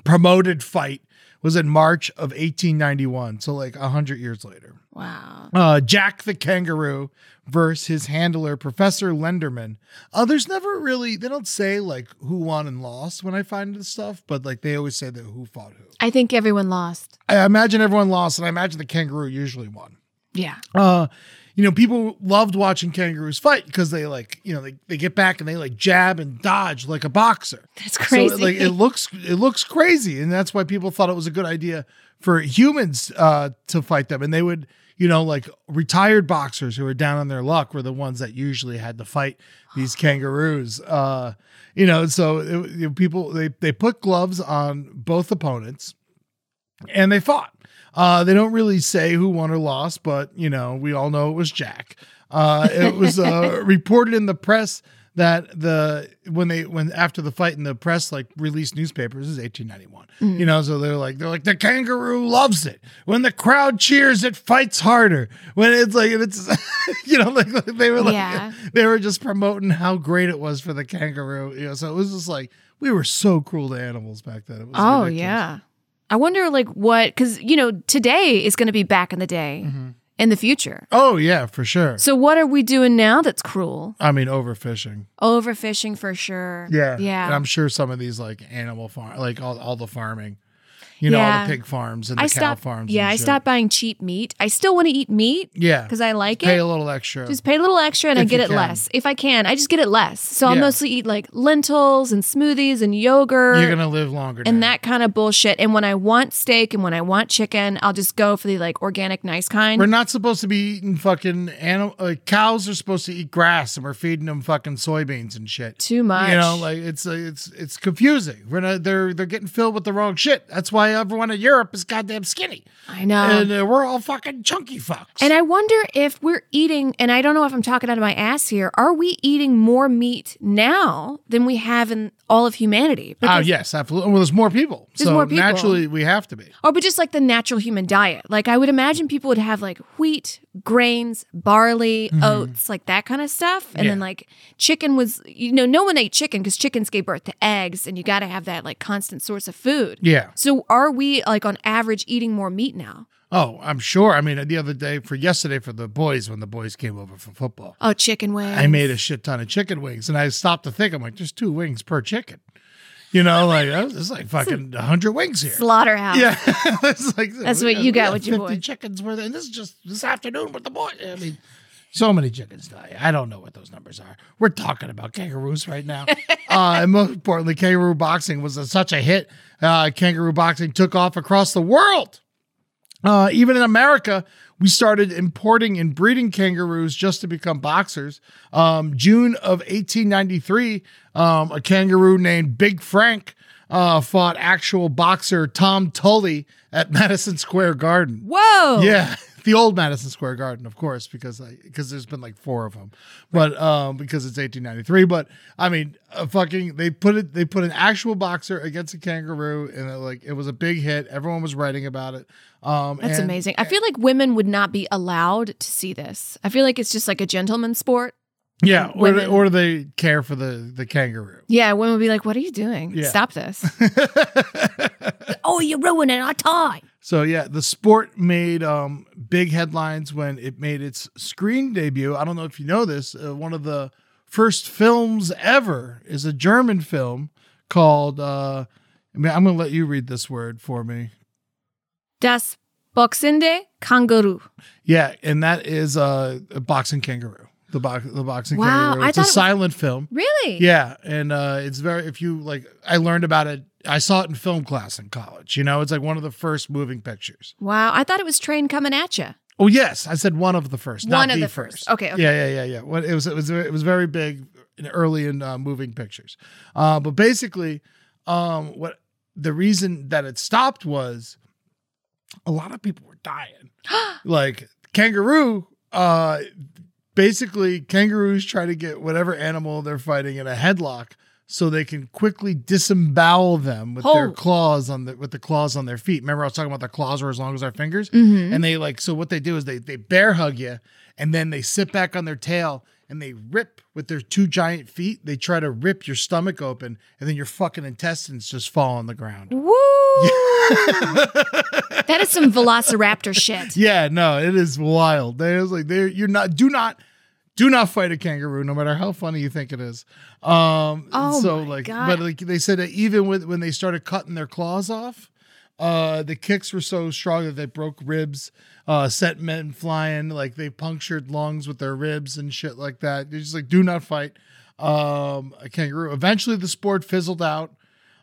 Speaker 2: promoted fight was in March of 1891, so like a hundred years later.
Speaker 1: wow.
Speaker 2: Uh, Jack the kangaroo versus his handler Professor Lenderman. Uh, there's never really they don't say like who won and lost when I find this stuff, but like they always say that who fought who.
Speaker 1: I think everyone lost.
Speaker 2: I imagine everyone lost, and I imagine the kangaroo usually won
Speaker 1: Yeah.
Speaker 2: uh you know people loved watching kangaroos fight because they like you know they, they get back and they like jab and dodge like a boxer
Speaker 1: That's crazy.
Speaker 2: so like it looks it looks crazy and that's why people thought it was a good idea for humans uh to fight them and they would you know like retired boxers who were down on their luck were the ones that usually had to fight these kangaroos uh you know so it, you know, people they they put gloves on both opponents and they fought. Uh, they don't really say who won or lost, but you know we all know it was Jack. Uh, it was uh, reported in the press that the when they when after the fight in the press like released newspapers this is 1891
Speaker 1: Mm.
Speaker 2: you know so they're like they're like the kangaroo loves it when the crowd cheers it fights harder when it's like it's you know like, like they were like
Speaker 1: Yeah.
Speaker 2: they were just promoting how great it was for the kangaroo you know so it was just like we were so cruel to animals back then it was
Speaker 1: oh
Speaker 2: ridiculous.
Speaker 1: yeah. I wonder like what because you know today is going to be back in the day
Speaker 2: Mm-hmm.
Speaker 1: in the future.
Speaker 2: oh yeah for sure
Speaker 1: So what are we doing now that's cruel?
Speaker 2: I mean, overfishing.
Speaker 1: Overfishing for sure. Yeah.
Speaker 2: And I'm sure some of these like animal farm, like all, all the farming, you know, all
Speaker 1: Yeah.
Speaker 2: the pig farms and the
Speaker 1: I
Speaker 2: cow
Speaker 1: stopped.
Speaker 2: farms.
Speaker 1: yeah,
Speaker 2: and
Speaker 1: I
Speaker 2: shit.
Speaker 1: stopped buying cheap meat. I still want to eat meat
Speaker 2: Yeah.
Speaker 1: because I like
Speaker 2: Pay
Speaker 1: it.
Speaker 2: a little extra.
Speaker 1: just pay a little extra and I
Speaker 2: If
Speaker 1: get
Speaker 2: you
Speaker 1: it
Speaker 2: can.
Speaker 1: less. If I can, I just get it less. So I'll
Speaker 2: Yeah.
Speaker 1: mostly eat like lentils and smoothies and yogurt.
Speaker 2: You're going to live longer.
Speaker 1: and
Speaker 2: now.
Speaker 1: that kind of bullshit. And when I want steak and when I want chicken, I'll just go for the like organic, nice kind.
Speaker 2: We're not supposed to be eating fucking animal. Like cows are supposed to eat grass, and we're feeding them fucking soybeans and shit.
Speaker 1: Too much.
Speaker 2: You know, like it's uh, it's it's confusing. We're not. They're they're getting filled with the wrong shit. That's why everyone in Europe is goddamn skinny,
Speaker 1: I know.
Speaker 2: and uh, we're all fucking chunky fucks.
Speaker 1: And I wonder if we're eating, and I don't know if I'm talking out of my ass here, are we eating more meat now than we have in all of humanity?
Speaker 2: Oh yes, absolutely. Well, there's more people,
Speaker 1: There's
Speaker 2: so
Speaker 1: more people.
Speaker 2: naturally we have to be.
Speaker 1: Or, but just like the natural human diet. Like, I would imagine people would have like wheat, grains, barley, oats, like that kind of stuff. And then
Speaker 2: Mm-hmm. Yeah.
Speaker 1: like chicken was, you know, no one ate chicken because chickens gave birth to eggs and you got to have that like constant source of food.
Speaker 2: Yeah.
Speaker 1: So are we like on average eating more meat now?
Speaker 2: Oh, I'm sure. I mean, the other day for yesterday for the boys when the boys came over for football,
Speaker 1: Oh, chicken wings.
Speaker 2: I made a shit ton of chicken wings, and I stopped to think. I'm like, there's two wings per chicken. You know, like "Oh, there's like fucking hundred wings here.
Speaker 1: slaughterhouse.
Speaker 2: Yeah, it's like
Speaker 1: That's what
Speaker 2: yeah,
Speaker 1: you
Speaker 2: we
Speaker 1: got
Speaker 2: have
Speaker 1: with your
Speaker 2: 50
Speaker 1: boy.
Speaker 2: chickens worth, and this is just this afternoon with the boy. I mean, so many chickens die. I don't know what those numbers are. We're talking about kangaroos right now, uh, and most importantly, kangaroo boxing was a, such a hit. Uh, kangaroo boxing took off across the world. Uh, even in America, we started importing and breeding kangaroos just to become boxers. Um, June of 1893, um, a kangaroo named Big Frank uh, fought actual boxer Tom Tully at Madison Square Garden.
Speaker 1: Whoa.
Speaker 2: Yeah, the old Madison Square Garden, of course, because because there's been like four of them, but um, because it's 1893. But I mean, uh, fucking, they put it. They put an actual boxer against a kangaroo, and it, like it was a big hit. Everyone was writing about it. Um,
Speaker 1: That's
Speaker 2: and-
Speaker 1: amazing. I feel like women would not be allowed to see this. I feel like it's just like a gentleman's sport.
Speaker 2: Yeah, or
Speaker 1: women.
Speaker 2: they, or they care for the the kangaroo.
Speaker 1: Yeah, women would be like, "What are you doing?
Speaker 2: Yeah.
Speaker 1: Stop this!" oh, you're ruining our time.
Speaker 2: So yeah, the sport made um, big headlines when it made its screen debut. I don't know if you know this. Uh, one of the first films ever is a German film called. Uh, I mean, I'm going to let you read this word for me.
Speaker 1: Das Boxende Kangaroo.
Speaker 2: Yeah, and that is uh, a boxing kangaroo. The box, the boxing
Speaker 1: Wow,
Speaker 2: kangaroo.
Speaker 1: I
Speaker 2: It's a
Speaker 1: thought it was-
Speaker 2: silent film.
Speaker 1: Really?
Speaker 2: Yeah, and uh, it's very if you like. I learned about it. I saw it in film class in college. You know, it's like one of the first moving pictures.
Speaker 1: Wow. I thought it was train coming at you.
Speaker 2: Oh yes, I said one of the first, not
Speaker 1: One of
Speaker 2: the
Speaker 1: the first. Okay, okay.
Speaker 2: Yeah, yeah, yeah, yeah. Well, it was it was it was very big, and early in uh, moving pictures. Uh, but basically, um, what the reason that it stopped was a lot of people were dying. like kangaroo, uh, basically kangaroos try to get whatever animal they're fighting in a headlock. So they can quickly disembowel them with their
Speaker 1: Oh.
Speaker 2: claws on the with the claws on their feet. Remember, I was talking about the claws were as long as our fingers and they like so what they do is they they bear hug you and then they sit back on their tail and they rip with their two giant feet they try to rip your stomach open and then your fucking intestines just fall on the ground
Speaker 1: Woo! that is some Velociraptor shit.
Speaker 2: yeah no it is wild there's like there you're not do not do not fight a kangaroo no matter how funny you think it is um
Speaker 1: Oh
Speaker 2: so
Speaker 1: my
Speaker 2: like
Speaker 1: God.
Speaker 2: but like they said that even with when they started cutting their claws off uh the kicks were so strong that they broke ribs uh sent men flying like they punctured lungs with their ribs and shit like that they're just like do not fight um a kangaroo eventually the sport fizzled out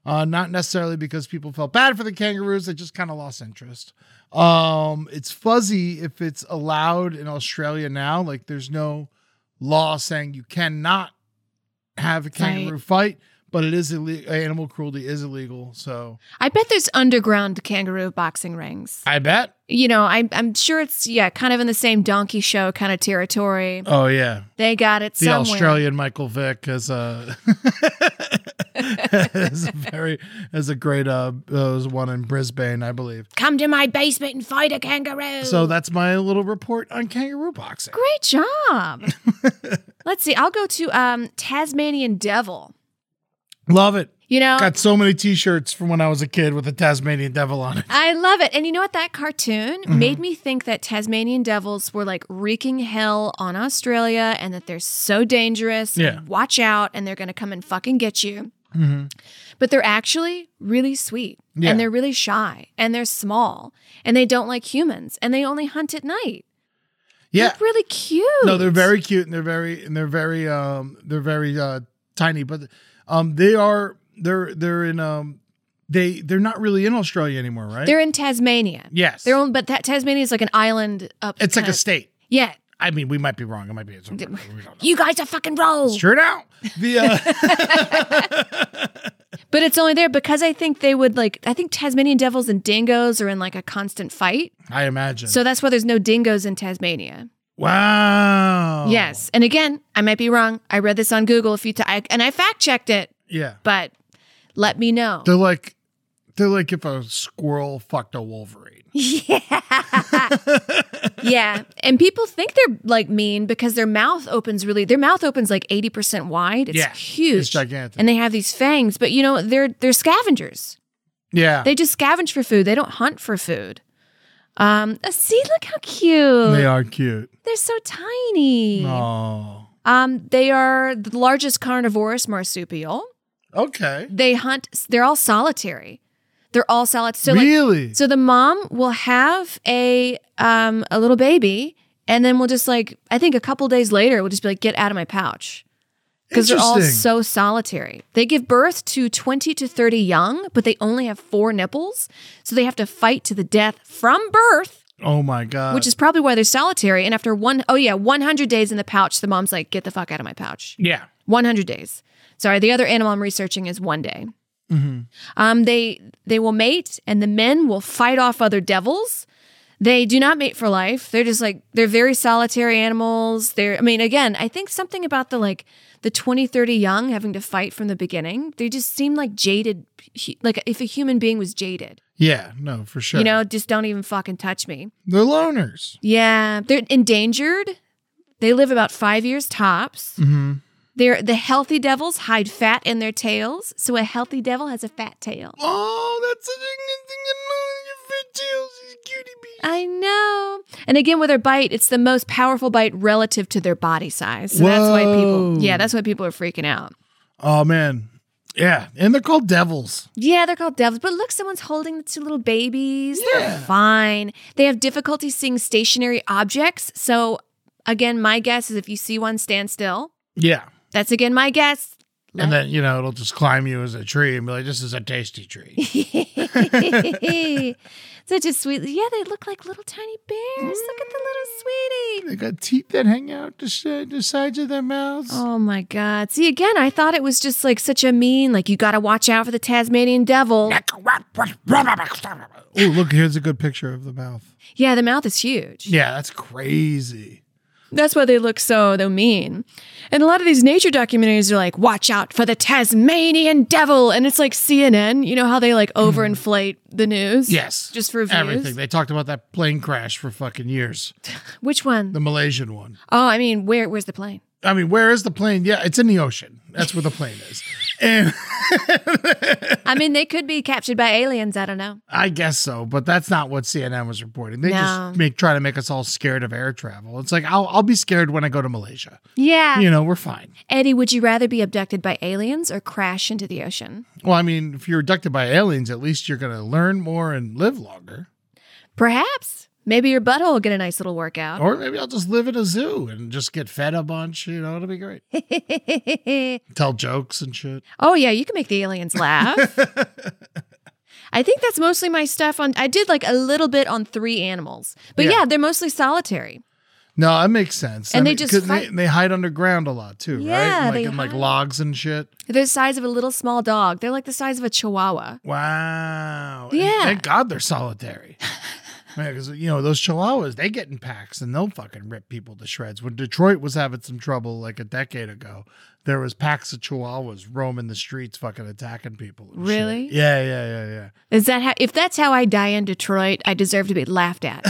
Speaker 2: uh not necessarily because people felt bad for the kangaroos they just kind of lost interest um it's fuzzy if it's allowed in australia now like there's no law saying you cannot have a kangaroo fight but it is illegal animal cruelty is illegal so
Speaker 1: I bet there's underground kangaroo boxing rings.
Speaker 2: i bet
Speaker 1: You know, I'm, I'm sure it's, yeah, kind of in the same donkey show kind of territory.
Speaker 2: Oh yeah,
Speaker 1: They got it
Speaker 2: the
Speaker 1: somewhere.
Speaker 2: Australian Michael Vick is a is a very is a great uh, uh was one in Brisbane, I believe.
Speaker 1: Come to my basement and fight a kangaroo.
Speaker 2: So that's my little report on kangaroo boxing.
Speaker 1: Great job. Let's see. I'll go to um, Tasmanian Devil.
Speaker 2: Love it.
Speaker 1: You know,
Speaker 2: Got so many T-shirts from when I was a kid with a Tasmanian devil on it.
Speaker 1: I love it. And you know what? That cartoon
Speaker 2: Mm-hmm.
Speaker 1: made me think that Tasmanian devils were like wreaking hell on Australia and that they're so dangerous. and
Speaker 2: Yeah. Mm-hmm.
Speaker 1: Watch out and they're going to come and fucking get you. But they're actually really sweet
Speaker 2: Yeah.
Speaker 1: and they're really shy and they're small and they don't like humans and they only hunt at night.
Speaker 2: Yeah,
Speaker 1: They're really cute.
Speaker 2: no, they're very cute and they're very and they're very um they're very uh tiny, but um they are they're they're in um they they're not really in Australia anymore, right?
Speaker 1: They're in Tasmania.
Speaker 2: yes,
Speaker 1: They're on, but that Tasmania is like an island up.
Speaker 2: it's like
Speaker 1: kind
Speaker 2: a
Speaker 1: of-
Speaker 2: state.
Speaker 1: Yeah.
Speaker 2: I mean, we might be wrong. It might be. It's, we don't know.
Speaker 1: You guys are fucking roll.
Speaker 2: Sure now. The uh,
Speaker 1: But it's only there because I think they would like. I think Tasmanian devils and dingoes are in like a constant fight.
Speaker 2: I imagine.
Speaker 1: So that's why there's no dingoes in Tasmania.
Speaker 2: wow.
Speaker 1: Yes. And again, I might be wrong. I read this on Google a few times and I fact checked it,
Speaker 2: Yeah.
Speaker 1: but let me know.
Speaker 2: They're like they're like if a squirrel fucked a wolverine.
Speaker 1: Yeah. yeah. And people think they're like mean because their mouth opens really their mouth opens like 80% wide. It's
Speaker 2: Yeah.
Speaker 1: huge.
Speaker 2: It's gigantic.
Speaker 1: And they have these fangs, but you know, they're they're scavengers.
Speaker 2: Yeah.
Speaker 1: They just scavenge for food. They don't hunt for food. Um, uh, see, look how cute.
Speaker 2: They are cute.
Speaker 1: They're so tiny.
Speaker 2: Oh.
Speaker 1: Um, they are the largest carnivorous marsupial.
Speaker 2: Okay.
Speaker 1: They hunt. They're all solitary. They're all solitary. So like,
Speaker 2: really?
Speaker 1: so the mom will have a um a little baby, and then we'll just like I think a couple days later we'll just be like, get out of my pouch. Because they're all
Speaker 2: Interesting.
Speaker 1: so solitary. They give birth to 20 to 30 young, but they only have four nipples. So they have to fight to the death from birth,
Speaker 2: oh my god.
Speaker 1: which is probably why they're solitary. And after one, oh yeah, 100 days in the pouch, the mom's like, get the fuck out of my pouch.
Speaker 2: yeah.
Speaker 1: 100 days. Sorry, the other animal I'm researching is one day. Um, they they will mate, and the men will fight off other devils. They do not mate for life. They're just like they're very solitary animals. They're I mean, again, I think something about the like the 20, 30 young having to fight from the beginning. They just seem like jaded, hu- like if a human being was jaded,
Speaker 2: Yeah. No, for sure.
Speaker 1: you know, just don't even fucking touch me.
Speaker 2: they're loners.
Speaker 1: Yeah, they're endangered. They live about five years tops.
Speaker 2: Mm-hmm.
Speaker 1: They're, the healthy devils hide fat in their tails, so a healthy devil has a fat tail.
Speaker 2: Oh, that's a thing. Your tails, you cutie bee.
Speaker 1: I know. And again, with their bite, it's the most powerful bite relative to their body size. So that's why
Speaker 2: Whoa.
Speaker 1: people, yeah, that's why people are freaking out.
Speaker 2: Oh man. Yeah, and they're called devils.
Speaker 1: Yeah, they're called devils, but look, someone's holding the two little babies. They're fine. They have difficulty seeing stationary objects. So, again, my guess is if you see one, stand still.
Speaker 2: Yeah.
Speaker 1: That's again my guess.
Speaker 2: And then, you know, it'll just climb you as a tree and be like, this is a tasty tree.
Speaker 1: Such a sweet. Yeah, they look like little tiny bears. Look at the little sweetie.
Speaker 2: they got teeth that hang out the, si- the sides of their mouths.
Speaker 1: Oh my God. See, again, I thought it was just like such a mean, like, you got to watch out for the Tasmanian devil.
Speaker 2: Oh, look, here's a good picture of the mouth.
Speaker 1: Yeah, the mouth is huge.
Speaker 2: Yeah, that's crazy.
Speaker 1: That's why they look so, though, mean. And a lot of these nature documentaries are like, watch out for the Tasmanian devil. And it's like CNN, you know how they like overinflate the news?
Speaker 2: Mm-hmm. Yes.
Speaker 1: Just for views.
Speaker 2: Everything. They talked about that plane crash for fucking years.
Speaker 1: Which one?
Speaker 2: The Malaysian one.
Speaker 1: oh, I mean, where? where's the plane?
Speaker 2: I mean, where is the plane? Yeah, it's in the ocean. That's where the plane is. And
Speaker 1: I mean, they could be captured by aliens. I don't know.
Speaker 2: I guess so, but that's not what CNN was reporting. They
Speaker 1: No.
Speaker 2: just make try to make us all scared of air travel. It's like I'll I'll be scared when I go to Malaysia.
Speaker 1: Yeah.
Speaker 2: You know, we're fine.
Speaker 1: Eddie, would you rather be abducted by aliens or crash into the ocean?
Speaker 2: Well, I mean, if you're abducted by aliens, at least you're going to learn more and live longer.
Speaker 1: Perhaps. Maybe your butthole will get a nice little workout.
Speaker 2: Or maybe I'll just live at a zoo and just get fed a bunch. You know, it'll be great. Tell jokes and shit.
Speaker 1: oh, yeah, you can make the aliens laugh. I think that's mostly my stuff on. I did like a little bit on three animals, but yeah,
Speaker 2: Yeah.
Speaker 1: they're mostly solitary.
Speaker 2: No, that makes sense.
Speaker 1: And they
Speaker 2: 'cause
Speaker 1: just
Speaker 2: they,
Speaker 1: fight-
Speaker 2: they hide underground a lot too,
Speaker 1: Yeah,
Speaker 2: right? Like
Speaker 1: they
Speaker 2: in like
Speaker 1: hide.
Speaker 2: logs and shit.
Speaker 1: They're the size of a little small dog. They're like the size of a chihuahua.
Speaker 2: Wow. And
Speaker 1: Yeah.
Speaker 2: thank God they're solitary. Man, because you know those chihuahuas, they get in packs and they'll fucking rip people to shreds. When Detroit was having some trouble like a decade ago, there was packs of chihuahuas roaming the streets, fucking attacking people. and shit.
Speaker 1: Really?
Speaker 2: Yeah, yeah, yeah, yeah.
Speaker 1: Is that how? If that's how I die in Detroit, I deserve to be laughed at.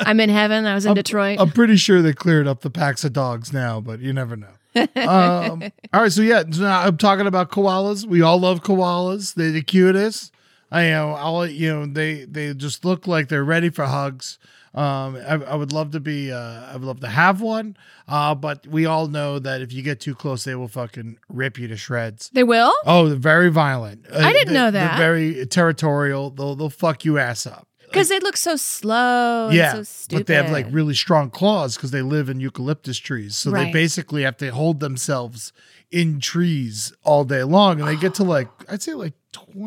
Speaker 1: I'm in heaven. I was
Speaker 2: Um,
Speaker 1: in Detroit.
Speaker 2: I'm pretty sure they cleared up the packs of dogs now, but you never know. um, all right, so yeah, so now I'm talking about koalas. We all love koalas. They're the cutest. I you know, I'll you know they they just look like they're ready for hugs. Um, I, I would love to be, uh, I would love to have one. Uh, but we all know that if you get too close, they will fucking rip you to shreds.
Speaker 1: they will.
Speaker 2: Oh, they're very violent. Uh,
Speaker 1: I didn't
Speaker 2: they-
Speaker 1: know that.
Speaker 2: They're very territorial. They'll they'll fuck you ass up
Speaker 1: Because they look so slow.
Speaker 2: yeah,
Speaker 1: and Oh, so stupid.
Speaker 2: but they have like really strong claws because they live in eucalyptus trees. So
Speaker 1: Right.
Speaker 2: they basically have to hold themselves in trees all day long, and they get to like I'd say like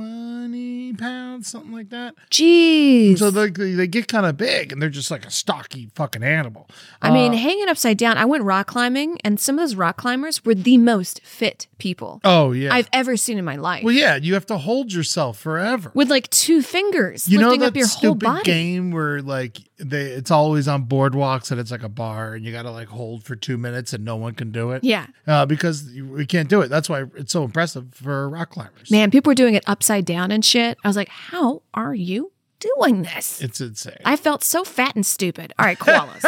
Speaker 2: twenty pounds, something like that.
Speaker 1: Jeez.
Speaker 2: So they they they get kind of big, and they're just like a stocky fucking animal.
Speaker 1: I
Speaker 2: Uh,
Speaker 1: mean, hanging upside down. I went rock climbing, and some of those rock climbers were the most fit people
Speaker 2: Oh yeah.
Speaker 1: I've ever seen in my life.
Speaker 2: well, yeah, you have to hold yourself forever.
Speaker 1: With like two fingers
Speaker 2: you know
Speaker 1: lifting
Speaker 2: that
Speaker 1: up your whole
Speaker 2: stupid
Speaker 1: body.
Speaker 2: game where like they it's always on boardwalks and it's like a bar and you got to like hold for two minutes and no one can do it.
Speaker 1: Yeah.
Speaker 2: uh, because you- we can't do it. That's why it's so impressive for rock climbers.
Speaker 1: Man, people were doing it upside down and shit. I was like, how are you doing this?
Speaker 2: It's insane.
Speaker 1: I felt so fat and stupid. All right, koalas.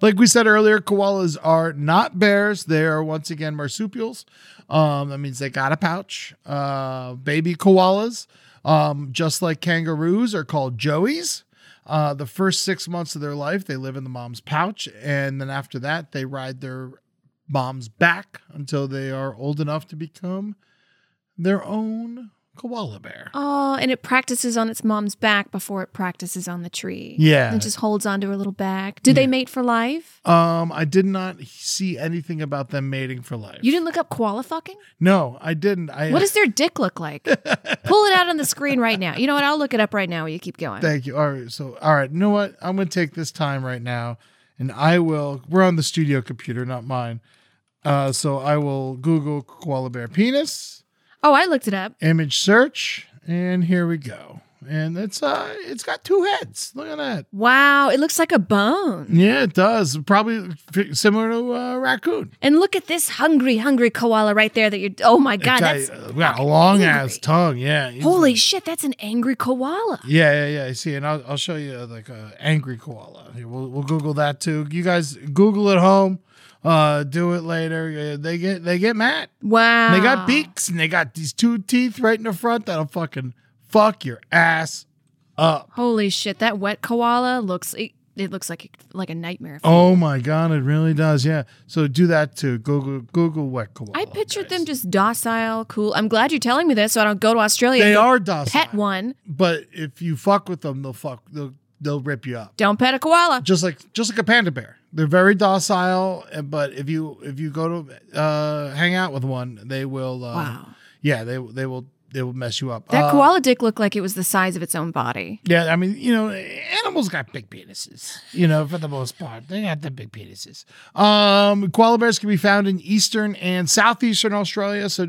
Speaker 2: like we said earlier, koalas are not bears. They are once again marsupials. Um, that means they got a pouch. Uh, baby koalas, um, just like kangaroos, are called joeys. Uh, the first six months of their life, they live in the mom's pouch, and then after that, they ride their mom's back until they are old enough to become their own koala bear.
Speaker 1: oh, and it practices on its mom's back before it practices on the tree.
Speaker 2: Yeah.
Speaker 1: It just holds onto her little back. Do they mate for life?
Speaker 2: Um, I did not see anything about them mating for life.
Speaker 1: You didn't look up koala fucking?
Speaker 2: No, I didn't. I
Speaker 1: What does their dick look like? Pull it out on the screen right now. You know what? I'll look it up right now while you keep going.
Speaker 2: Thank you. All right. So, all right. You know what? I'm going to take this time right now and I will. We're on the studio computer, not mine. Uh, so I will Google koala bear penis,
Speaker 1: Oh, I looked it up.
Speaker 2: image search, and here we go. And it's uh, it's got two heads. Look at that.
Speaker 1: Wow, it looks like a bone.
Speaker 2: Yeah, it does. Probably f- similar to a raccoon.
Speaker 1: And look at this hungry, hungry koala right there that you're. Oh my God,
Speaker 2: It got-
Speaker 1: that's.
Speaker 2: uh, got a long ass
Speaker 1: angry.
Speaker 2: tongue. Yeah. He's-
Speaker 1: Holy shit, that's an angry koala.
Speaker 2: Yeah, yeah, yeah. I see, and I'll, I'll show you uh, like a angry koala. Here, We'll, we'll Google that too. You guys Google at home. Uh, do it later. Uh, they get they get mad.
Speaker 1: Wow.
Speaker 2: They got beaks and they got these two teeth right in the front that'll fucking fuck your ass up.
Speaker 1: Holy shit, that wet koala looks. It, it looks like like a nightmare.
Speaker 2: Oh my god, it really does. Yeah. So do that too. Google Google wet koala.
Speaker 1: I pictured
Speaker 2: guys.
Speaker 1: them just docile, cool. I'm glad you're telling me this, so I don't go to Australia.
Speaker 2: They
Speaker 1: and
Speaker 2: are docile.
Speaker 1: pet one.
Speaker 2: but if you fuck with them, they'll fuck. They'll they'll rip you up.
Speaker 1: Don't pet a koala.
Speaker 2: just like just like a panda bear. They're very docile, and- but if you if you go to uh, hang out with one, they will. Uh,
Speaker 1: Wow.
Speaker 2: Yeah, they they will they will mess you up.
Speaker 1: That
Speaker 2: Uh,
Speaker 1: koala dick looked like it was the size of its own body.
Speaker 2: Yeah, I mean, you know, animals got big penises. You know, for the most part, they got the big penises. Um, koala bears can be found in eastern and southeastern Australia, so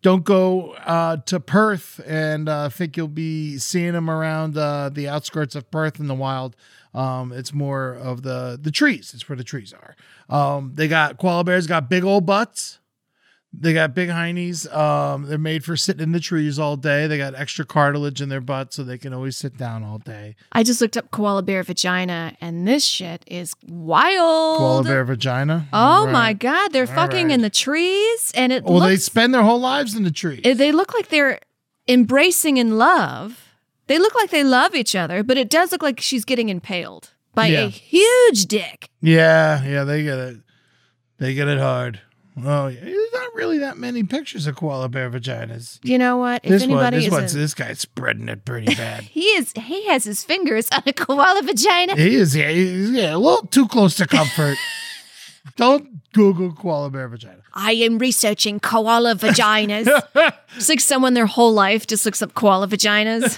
Speaker 2: don't go uh, to Perth and uh, think you'll be seeing them around uh, the outskirts of Perth in the wild. Um, it's more of the the trees. It's where the trees are. Um, they got koala bears got big old butts. They got big heinies. Um, they're made for sitting in the trees all day. They got extra cartilage in their butt, so they can always sit down all day.
Speaker 1: I just looked up koala bear vagina, and this shit is wild.
Speaker 2: Koala bear vagina.
Speaker 1: Oh
Speaker 2: Right.
Speaker 1: my god, they're fucking
Speaker 2: right.
Speaker 1: in the trees, and it
Speaker 2: Well, they
Speaker 1: looks.
Speaker 2: spend their whole lives in the tree.
Speaker 1: it- they look like they're embracing in love. They look like they love each other, but it does look like she's getting impaled by
Speaker 2: Yeah.
Speaker 1: a huge dick.
Speaker 2: yeah, yeah, they get it. They get it hard. Oh, yeah. there's not really that many pictures of koala bear vaginas.
Speaker 1: You know what? If
Speaker 2: this one,
Speaker 1: anybody
Speaker 2: this one's,
Speaker 1: is a-
Speaker 2: this guy's spreading it pretty bad.
Speaker 1: he is he has his fingers on a koala vagina.
Speaker 2: he is, yeah, he's, yeah, a little too close to comfort. Don't Google koala bear vagina.
Speaker 1: I am researching koala vaginas. it's like someone their whole life just looks up koala vaginas.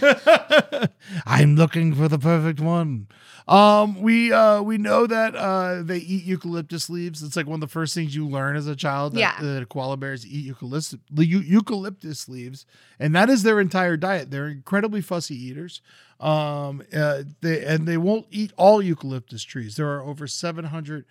Speaker 2: I'm looking for the perfect one. Um, we uh, we know that uh, they eat eucalyptus leaves. It's like one of the first things you learn as a child. That,
Speaker 1: Yeah.
Speaker 2: that koala bears eat eucalyptus the eu- eucalyptus leaves, and that is their entire diet. They're incredibly fussy eaters. Um, uh, they and they won't eat all eucalyptus trees. There are over 700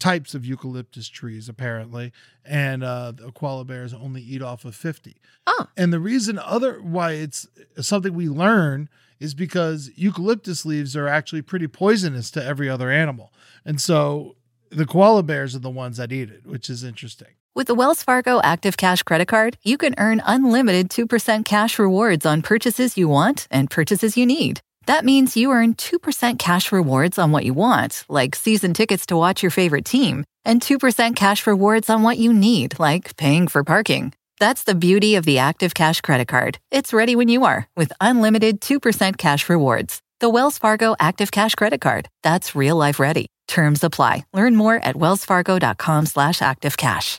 Speaker 2: types of eucalyptus trees apparently, and uh, the koala bears only eat off of 50.
Speaker 1: Oh.
Speaker 2: And the reason other why it's something we learn is because eucalyptus leaves are actually pretty poisonous to every other animal. And so the koala bears are the ones that eat it, which is interesting.
Speaker 3: With the Wells Fargo Active Cash Credit Card, you can earn unlimited 2% cash rewards on purchases you want and purchases you need. That means you earn 2% cash rewards on what you want, like season tickets to watch your favorite team, and 2% cash rewards on what you need, like paying for parking. That's the beauty of the Active Cash Credit Card. It's ready when you are with unlimited 2% cash rewards. The Wells Fargo Active Cash Credit Card. That's real life ready. Terms apply. Learn more at wellsfargo.com slash activecash.